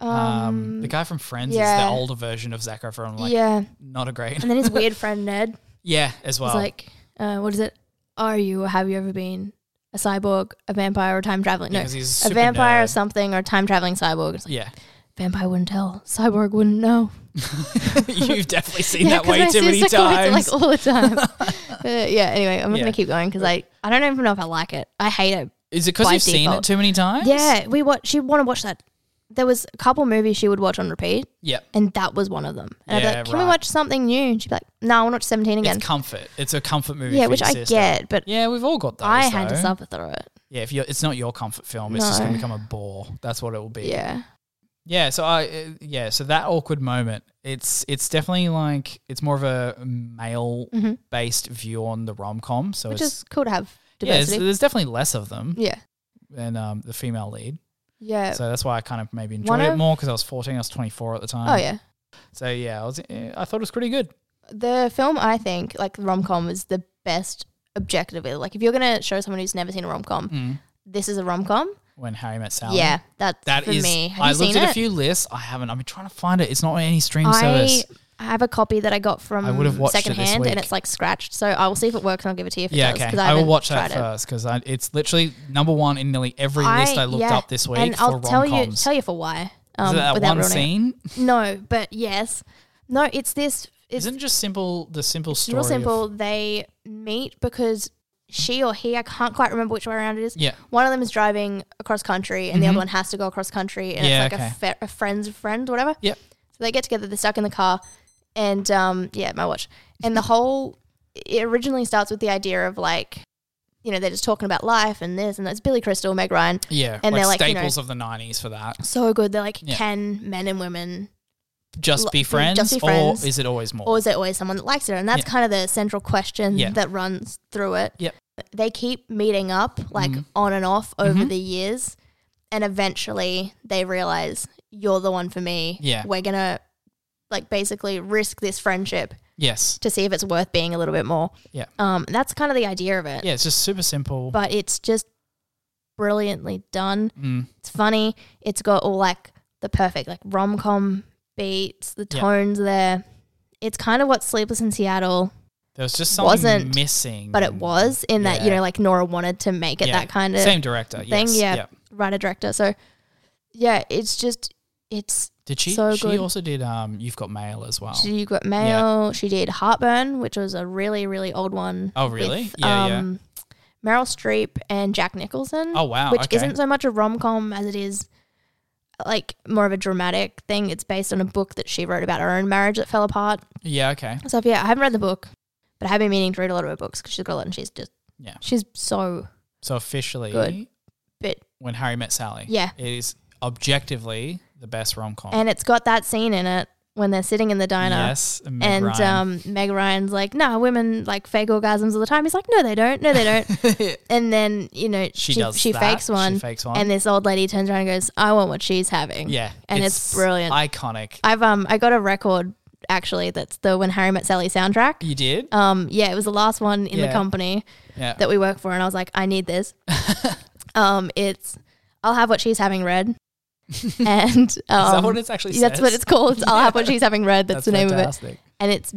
S1: Um,
S2: um, the guy from Friends, is
S1: yeah.
S2: the older version of Zac Efron. Like, [LAUGHS]
S1: yeah,
S2: not a great.
S1: and
S2: [LAUGHS]
S1: then his weird friend Ned
S2: yeah, as well.
S1: was like, uh, "What is it? Are you or have you ever been a cyborg, a vampire, or time traveling? No,
S2: because he's
S1: a
S2: super
S1: vampire or
S2: nerd.
S1: something, or a time traveling cyborg." It's like,
S2: Yeah, [LAUGHS]
S1: vampire wouldn't tell. Cyborg wouldn't know. [LAUGHS]
S2: you've definitely seen that
S1: 'cause
S2: way
S1: my
S2: too many
S1: sister quotes it,
S2: times.
S1: like [LAUGHS] all the
S2: [LAUGHS]
S1: time. Uh, yeah. Anyway, I'm not
S2: Yeah.
S1: gonna keep going because I I don't even know if I like it. I hate it.
S2: is it because
S1: by
S2: you've seen it
S1: default.
S2: too many times?
S1: Yeah, we watch. She'd want to watch that. There was a couple movies she would watch on repeat,
S2: yeah.
S1: and that was one of them. And I'd
S2: Yeah,
S1: be like, "Can we
S2: right.
S1: watch something new?" And she'd be like, "No, I want to watch 17 again."
S2: It's comfort. It's a comfort movie.
S1: Yeah,
S2: for
S1: which
S2: your
S1: I
S2: sister.
S1: get, but
S2: Yeah, we've all got those.
S1: I had to
S2: though.
S1: suffer through it.
S2: Yeah, if you're, it's not your comfort film, it's just
S1: No.
S2: going to become a bore. That's what it will be.
S1: Yeah,
S2: Yeah, so I uh, yeah, so that awkward moment. It's it's definitely like it's more of a male
S1: Mhm.
S2: based view on the rom com. So
S1: which
S2: it's
S1: is cool to have
S2: yeah, it's,
S1: diversity.
S2: there's definitely less of them
S1: Yeah,
S2: than um, the female lead.
S1: yeah.
S2: So that's why I kind of maybe enjoyed
S1: Uh, One
S2: it
S1: of-
S2: more because I was 14, I was 24 at the time.
S1: oh yeah.
S2: So yeah, I was eh, I thought it was pretty good.
S1: The film I think like rom com is the best objectively. Like if you're gonna show someone who's never seen a rom com, this is a rom com.
S2: When Harry met Sally.
S1: Yeah, that's
S2: Mm. that
S1: for
S2: is.
S1: me. Have
S2: I
S1: you
S2: looked
S1: seen
S2: at
S1: it?
S2: a few lists. I haven't. I've been trying to find it. It's not on any stream
S1: I
S2: service.
S1: have a copy that I got from
S2: I would have watched it this
S1: secondhand, and
S2: week.
S1: it's like scratched. So I will see if it works, and I'll give it to you if it
S2: Yeah,
S1: does.
S2: okay.
S1: 'cause
S2: I, will
S1: haven't
S2: watch that
S1: tried it.
S2: first because it's literally number one in nearly every list I looked
S1: yeah,
S2: up this week
S1: and
S2: for
S1: I'll tell you
S2: rom-coms.
S1: tell you for why.
S2: Is
S1: Um,
S2: it that
S1: without
S2: one
S1: ruining it.
S2: scene?
S1: No, but yes, no. It's this. It's
S2: Isn't it just simple the simple story?
S1: real
S2: of-
S1: simple. they meet because she or he, I can't quite remember which way around it is.
S2: yeah,
S1: One of them is driving across country, and the other one has to go across country, and
S2: Mm-hmm. Yeah,
S1: it's like
S2: okay.
S1: a, fe- a friend's friend, whatever.
S2: Yep.
S1: So they get together. They're stuck in the car, and um, yeah, my watch. And the whole it originally starts with the idea of like, you know, they're just talking about life and this and that's Billy Crystal, Meg Ryan,
S2: yeah,
S1: And
S2: like
S1: they're like, you know-
S2: staples of the '90s for that.
S1: so good. They're like,
S2: Yeah.
S1: can men and women,
S2: Just
S1: Lo-
S2: be
S1: just
S2: friends,
S1: be friends.
S2: or is it always more?
S1: or is there always someone that likes it? And that's
S2: Yeah.
S1: kind of the central question
S2: Yeah.
S1: that runs through it.
S2: Yep.
S1: They keep meeting up like
S2: Mhm.
S1: on and off over
S2: Mhm.
S1: the years, and eventually they realize you're the one for me.
S2: Yeah.
S1: We're gonna like basically risk this friendship
S2: yes,
S1: to see if it's worth being a little bit more.
S2: Yeah.
S1: Um, that's kind of the idea of it.
S2: yeah, it's just super simple.
S1: But it's just brilliantly done.
S2: Mm,
S1: It's funny. It's got all like the perfect like rom com beats. The
S2: Yeah.
S1: tones there. It's kind of what Sleepless in Seattle,
S2: there was just something
S1: wasn't,
S2: missing,
S1: but it was in that you
S2: Mm. Yeah.
S1: know like Nora wanted to make it
S2: Yeah.
S1: that kind of
S2: same director.
S1: thing,
S2: yes,
S1: yeah. writer director. So yeah, it's just it's
S2: Did she?
S1: So
S2: she
S1: good.
S2: also did. Um, you've got mail as well.
S1: she got mail. She did Heartburn, which was a really really old one.
S2: Oh, really? Yeah,
S1: um,
S2: yeah.
S1: yeah. Meryl Streep and Jack Nicholson.
S2: oh wow,
S1: which
S2: okay.
S1: isn't so much a rom com as it is like more of a dramatic thing. It's based on a book that she wrote about her own marriage that fell apart.
S2: yeah, okay.
S1: So yeah, I haven't read the book, but I have been meaning to read a lot of her books because she's got a lot and she's just
S2: Yeah.
S1: she's so
S2: So officially,
S1: Good. but
S2: when Harry met Sally,
S1: yeah,
S2: it is objectively the best rom com.
S1: and it's got that scene in it when they're sitting in the diner.
S2: Yes, Meg
S1: And
S2: Ryan. [LAUGHS]
S1: um, Meg Ryan's like, no, women like fake orgasms all the time. He's like, no, they don't. No, they
S2: [LAUGHS]
S1: don't. and then, you know,
S2: she,
S1: she,
S2: does.
S1: she
S2: that.
S1: fakes one.
S2: She fakes one.
S1: and this old lady turns around and goes, I want what she's having.
S2: Yeah,
S1: And it's brilliant.
S2: iconic.
S1: I've um I got a record actually that's the When Harry Met Sally soundtrack.
S2: You did,
S1: Um yeah, it was the last one in
S2: Yeah.
S1: the company
S2: yeah.
S1: that we work for and I was like, I need
S2: [LAUGHS]
S1: this. um it's I'll have what she's having
S2: [LAUGHS]
S1: read. and um,
S2: Is that what it's actually?
S1: that's what
S2: says?
S1: it's called.
S2: [LAUGHS]
S1: It's I'll have what she's having read. That's, the name of it.
S2: fantastic.
S1: And it's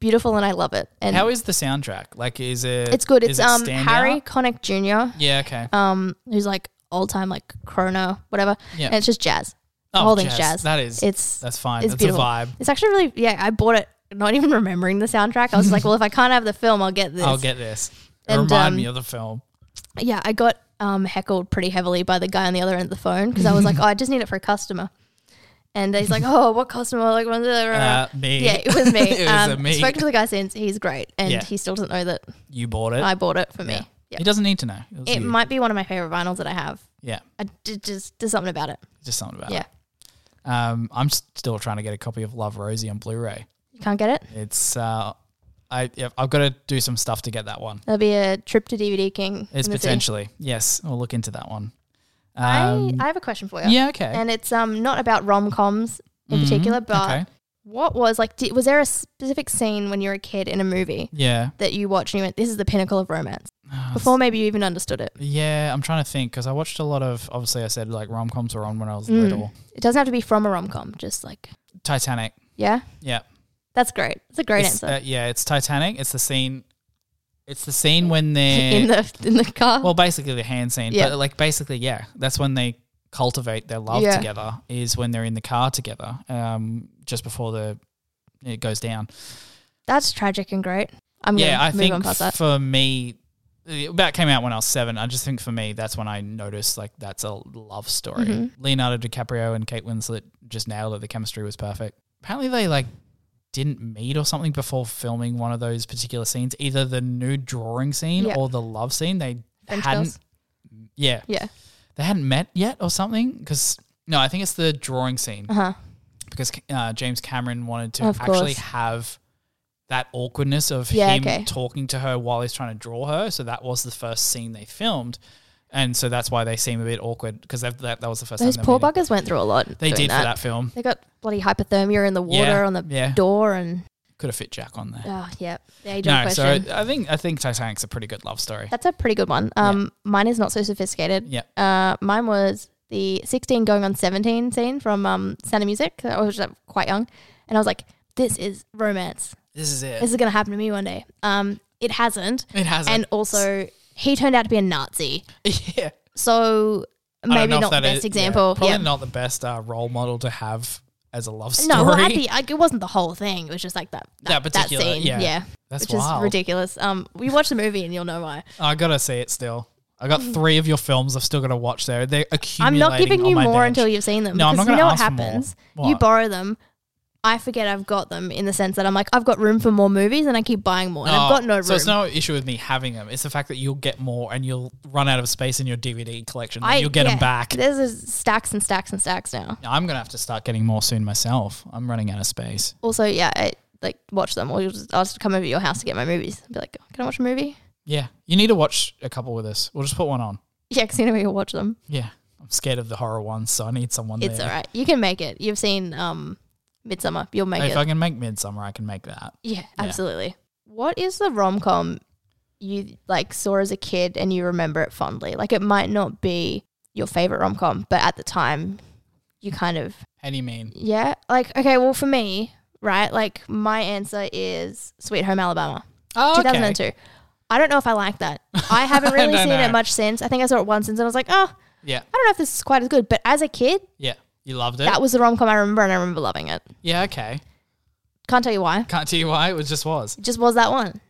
S1: beautiful and I love it. And
S2: How is the soundtrack? Like, is it?
S1: it's good.
S2: is
S1: It's
S2: it
S1: um
S2: stand
S1: Harry Um,
S2: out?
S1: Connick Jr.
S2: Yeah. Okay.
S1: um who's like old time like chrono whatever.
S2: Yeah.
S1: And it's just jazz.
S2: Oh,
S1: Holdings
S2: jazz.
S1: Jazz.
S2: That is
S1: It's
S2: that's fine.
S1: it's
S2: that's
S1: beautiful.
S2: a vibe.
S1: It's actually really yeah. I bought it not even remembering the soundtrack. I was like, well, if I can't have the film, I'll get this.
S2: I'll get this. It
S1: And,
S2: remind
S1: um,
S2: me of the film.
S1: yeah, I got um, heckled pretty heavily by the guy on the other end of the phone because I was
S2: [LAUGHS]
S1: like, oh, I just need it for a customer. And he's like, oh, what customer? Like, blah, blah, blah, blah.
S2: Uh, me.
S1: yeah, it was me.
S2: [LAUGHS] It was
S1: um,
S2: a me.
S1: Spoken to the guy since. He's great, and
S2: Yeah.
S1: he still doesn't know that
S2: You bought it.
S1: I bought it for me.
S2: Yeah.
S1: Yeah.
S2: He doesn't need to know. It, was
S1: It
S2: you.
S1: might be one of my favorite vinyls that I have.
S2: Yeah.
S1: I d- just there's something about it.
S2: Just something about
S1: Yeah,
S2: it. Um, I'm s- still trying to get a copy of Love Rosie on Blu-ray.
S1: you can't get it.
S2: It's uh, I yeah, I've got to do some stuff to get that one.
S1: There'll be a trip to DVD King.
S2: It's
S1: in the city.
S2: potentially yes. We'll look into that one.
S1: I,
S2: Um,
S1: I have a question for you.
S2: yeah. Okay.
S1: and it's um not about rom coms in
S2: Mhm,
S1: particular, but
S2: okay.
S1: what was like? Did, was there a specific scene when you were a kid in a movie
S2: yeah.
S1: that you watched and you went, "This is the pinnacle of romance"?
S2: Ah,
S1: Before maybe you even understood it.
S2: Yeah, I'm trying to think because I watched a lot of. Obviously, I said like rom coms were on when I was
S1: Mm.
S2: little.
S1: It doesn't have to be from a rom com. Just like
S2: Titanic.
S1: yeah,
S2: Yeah.
S1: that's great. That's a great
S2: It's,
S1: answer.
S2: uh, yeah, it's Titanic. It's the scene. It's the scene when they're
S1: [LAUGHS] in the in the car.
S2: well, basically the hand scene.
S1: Yeah.
S2: But like basically, yeah, that's when they cultivate their love
S1: Yeah.
S2: together. Is when they're in the car together. Um, just before the it goes down.
S1: that's tragic and great. I'm
S2: yeah,
S1: gonna
S2: I
S1: move on
S2: think
S1: past that.
S2: for me. That came out when I was seven. I just think for me, that's when I noticed like that's a love story.
S1: Mhm.
S2: Leonardo DiCaprio and Kate Winslet just nailed it. The chemistry was perfect. Apparently, they like didn't meet or something before filming one of those particular scenes, either the nude drawing scene
S1: Yeah.
S2: or the love scene. They
S1: French
S2: hadn't,
S1: girls.
S2: yeah,
S1: Yeah.
S2: they hadn't met yet or something. Because no, I think it's the drawing scene
S1: Uh huh.
S2: because uh, James Cameron wanted to
S1: Of
S2: actually
S1: course.
S2: have that awkwardness of
S1: Yeah,
S2: him
S1: okay.
S2: talking to her while he's trying to draw her. So that was the first scene they filmed, and so that's why they seem a bit awkward because that, that that was the first.
S1: Those
S2: time they
S1: poor
S2: met.
S1: buggers went through a lot.
S2: They
S1: doing
S2: did for that film.
S1: They got bloody hypothermia in the water
S2: Yeah,
S1: on the
S2: yeah.
S1: door and
S2: Could have fit Jack on there.
S1: oh yeah, the age
S2: no,
S1: old question.
S2: so I think I think Titanic's a pretty good love story.
S1: That's a pretty good one. Um, mine is not so sophisticated.
S2: Yeah.
S1: Uh, mine was the 16 going on 17 scene from um Sound of Music. I was uh, quite young, and I was like, "This is romance.
S2: This is it.
S1: This is gonna happen to me one day." Um, it hasn't,
S2: it has.
S1: and also he turned out to be a Nazi,
S2: [LAUGHS] yeah.
S1: so
S2: I don't know
S1: maybe
S2: if
S1: not the
S2: that
S1: best
S2: is- yeah,
S1: example.
S2: probably not the best uh, role model to have as a love story.
S1: No, well, at the, like, it wasn't the whole thing. It was just like that
S2: That
S1: that, that
S2: particular-
S1: scene.
S2: yeah.
S1: Yeah,
S2: [LAUGHS] That's
S1: which
S2: wild.
S1: is ridiculous. Um, we watch the movie and you'll know why.
S2: I gotta see it still. I got three of your films. I've still got to watch. There, they're
S1: Mm. I'm
S2: accumulating.
S1: not giving
S2: on
S1: you
S2: my
S1: more
S2: bench.
S1: until you've seen them.
S2: No, I'm
S1: because
S2: not
S1: you know
S2: gonna
S1: what
S2: ask for more.
S1: happens. You
S2: What?
S1: borrow them. I forget I've got them in the sense that I'm like I've got room for more movies and I keep buying more and I've
S2: Oh,
S1: got no room.
S2: So it's no issue with me having them. It's the fact that you'll get more and you'll run out of space in your DVD collection. and
S1: I-
S2: you'll get
S1: yeah,
S2: them back.
S1: There's just stacks and stacks and stacks now.
S2: I'm gonna have to start getting more soon myself. I'm running out of space.
S1: Also, yeah, I, like watch them or you'll just, I'll just come over to your house to get my movies. Be like, can I watch a movie? [LAUGHS]
S2: Yeah, you need to watch a couple with us. We'll just put one on.
S1: Yeah, because you know you'll watch them.
S2: Yeah, I'm scared of the horror ones, so I need someone.
S1: It's
S2: there.
S1: all right. You can make it. You've seen um, Midsummer. You'll make
S2: If
S1: it.
S2: I can make Midsummer, I can make that.
S1: Yeah, absolutely. What is the rom com you like saw as a kid and you remember it fondly? Like it might not be your favorite rom com, but at the time you kind of
S2: How do you mean?
S1: yeah. Like okay, well for me, right? Like my answer is Sweet Home Alabama,
S2: Oh,
S1: two thousand and two. I don't know if I like that.
S2: [LAUGHS]
S1: I haven't really
S2: No,
S1: seen
S2: no.
S1: it much since. I think I saw it once since, and I was like, oh,
S2: Yeah,
S1: I don't know if this is quite as good. But as a kid,
S2: yeah. You loved it.
S1: that was the rom com I remember, and I remember loving it.
S2: yeah, okay.
S1: Can't tell you why.
S2: Can't tell you why. It was just was.
S1: it just was that one.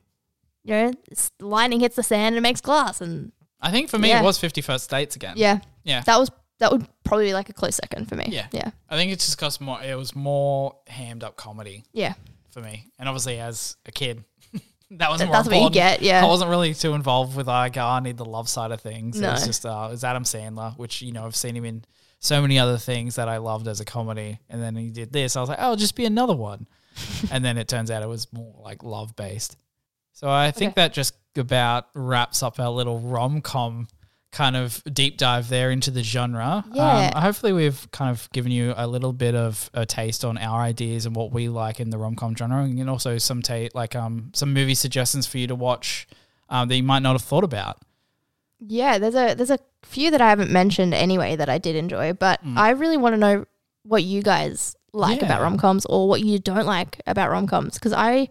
S1: You know, s- lightning hits the sand and makes glass, and
S2: I think for me
S1: Yeah.
S2: it was 51st dates again.
S1: yeah,
S2: Yeah.
S1: that was that would probably be like a close second for me.
S2: Yeah.
S1: yeah,
S2: I think it's just cost more it was more hammed up comedy
S1: yeah.
S2: for me. And obviously as a kid [LAUGHS] that was
S1: Th-
S2: more
S1: that's what you
S2: important.
S1: get, yeah.
S2: I wasn't really too involved with like oh, I need the love side of things. It was
S1: No.
S2: just uh, it was Adam Sandler, which you know I've seen him in so many other things that I loved as a comedy. And then he did this. I was like, oh, just be
S1: [LAUGHS]
S2: another one. and then it turns out it was more like love based. So I think
S1: Okay.
S2: that just about wraps up our little rom com kind of deep dive there into the genre.
S1: Yeah.
S2: Um, hopefully, we've kind of given you a little bit of a taste on our ideas and what we like in the rom com genre, and also some ta- like um some movie suggestions for you to watch um, that you might not have thought about.
S1: Yeah, there's a there's a few that I haven't mentioned anyway that I did enjoy, but I really want to know what you guys like
S2: Mm. Yeah.
S1: about rom coms or what you don't like about rom coms because I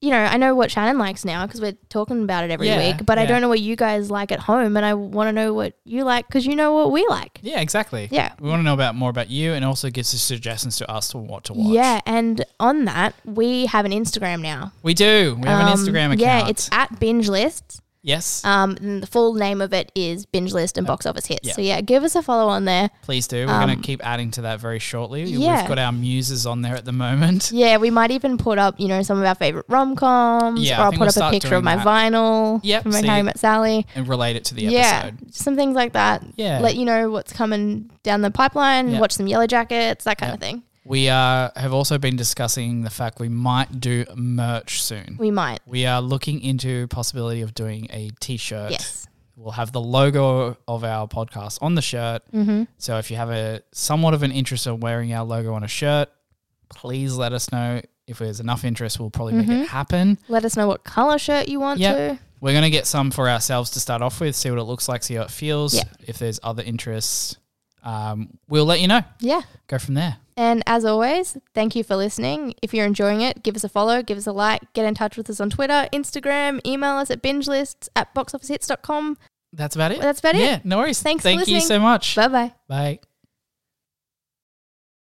S1: you know, I know what Shannon likes now because we're talking about it every
S2: Yeah,
S1: week, but I
S2: yeah.
S1: don't know what you guys like at home, and I want to know what you like because you know what we like.
S2: Yeah, exactly.
S1: Yeah.
S2: We want to know about more about you and also gives us suggestions to us to what to watch.
S1: Yeah, and on that, we have an Instagram now.
S2: We do. We have an
S1: Um,
S2: Instagram account.
S1: Yeah, it's at binge lists.
S2: yes.
S1: Um, and the full name of it is binge list and box office hits.
S2: yeah.
S1: So yeah, give us a follow on there.
S2: Please do. We're going to keep adding to that very shortly.
S1: um, yeah.
S2: We've got our muses on there at the moment.
S1: Yeah, we might even put up, you know, some of our favorite rom coms,
S2: Yeah, I
S1: or I'll
S2: think
S1: put up
S2: we'll
S1: a
S2: start
S1: picture
S2: doing
S1: of my
S2: that.
S1: vinyl
S2: Yep,
S1: from my
S2: see.
S1: Harry Met Sally.
S2: and relate it to the
S1: Yeah,
S2: episode.
S1: some things like that.
S2: Yeah.
S1: let you know what's coming down the pipeline.
S2: Yeah.
S1: Watch some Yellow Jackets, that kind of thing.
S2: We uh, have also been discussing the fact we might do merch soon.
S1: We might.
S2: We are looking into possibility of doing a t-shirt.
S1: Yes.
S2: We'll have the logo of our podcast on the shirt.
S1: Mm-hmm.
S2: So if you have a somewhat of an interest in wearing our logo on a shirt, please let us know. If there's enough interest, we'll probably
S1: Mm-hmm.
S2: make it happen.
S1: Let us know what color shirt you want
S2: Yep.
S1: to.
S2: We're going to get some for ourselves to start off with, see what it looks like, see how it feels.
S1: Yeah.
S2: If there's other interests, um, we'll let you know.
S1: Yeah.
S2: Go from there.
S1: And as always, thank you for listening. If you're enjoying it, give us a follow, give us a like, get in touch with us on Twitter, Instagram, email us at binge lists at boxofficehits.com.
S2: That's about it.
S1: That's about it.
S2: Yeah, no worries.
S1: Thanks for
S2: Thank you
S1: listening.
S2: so much.
S1: Bye bye.
S2: Bye.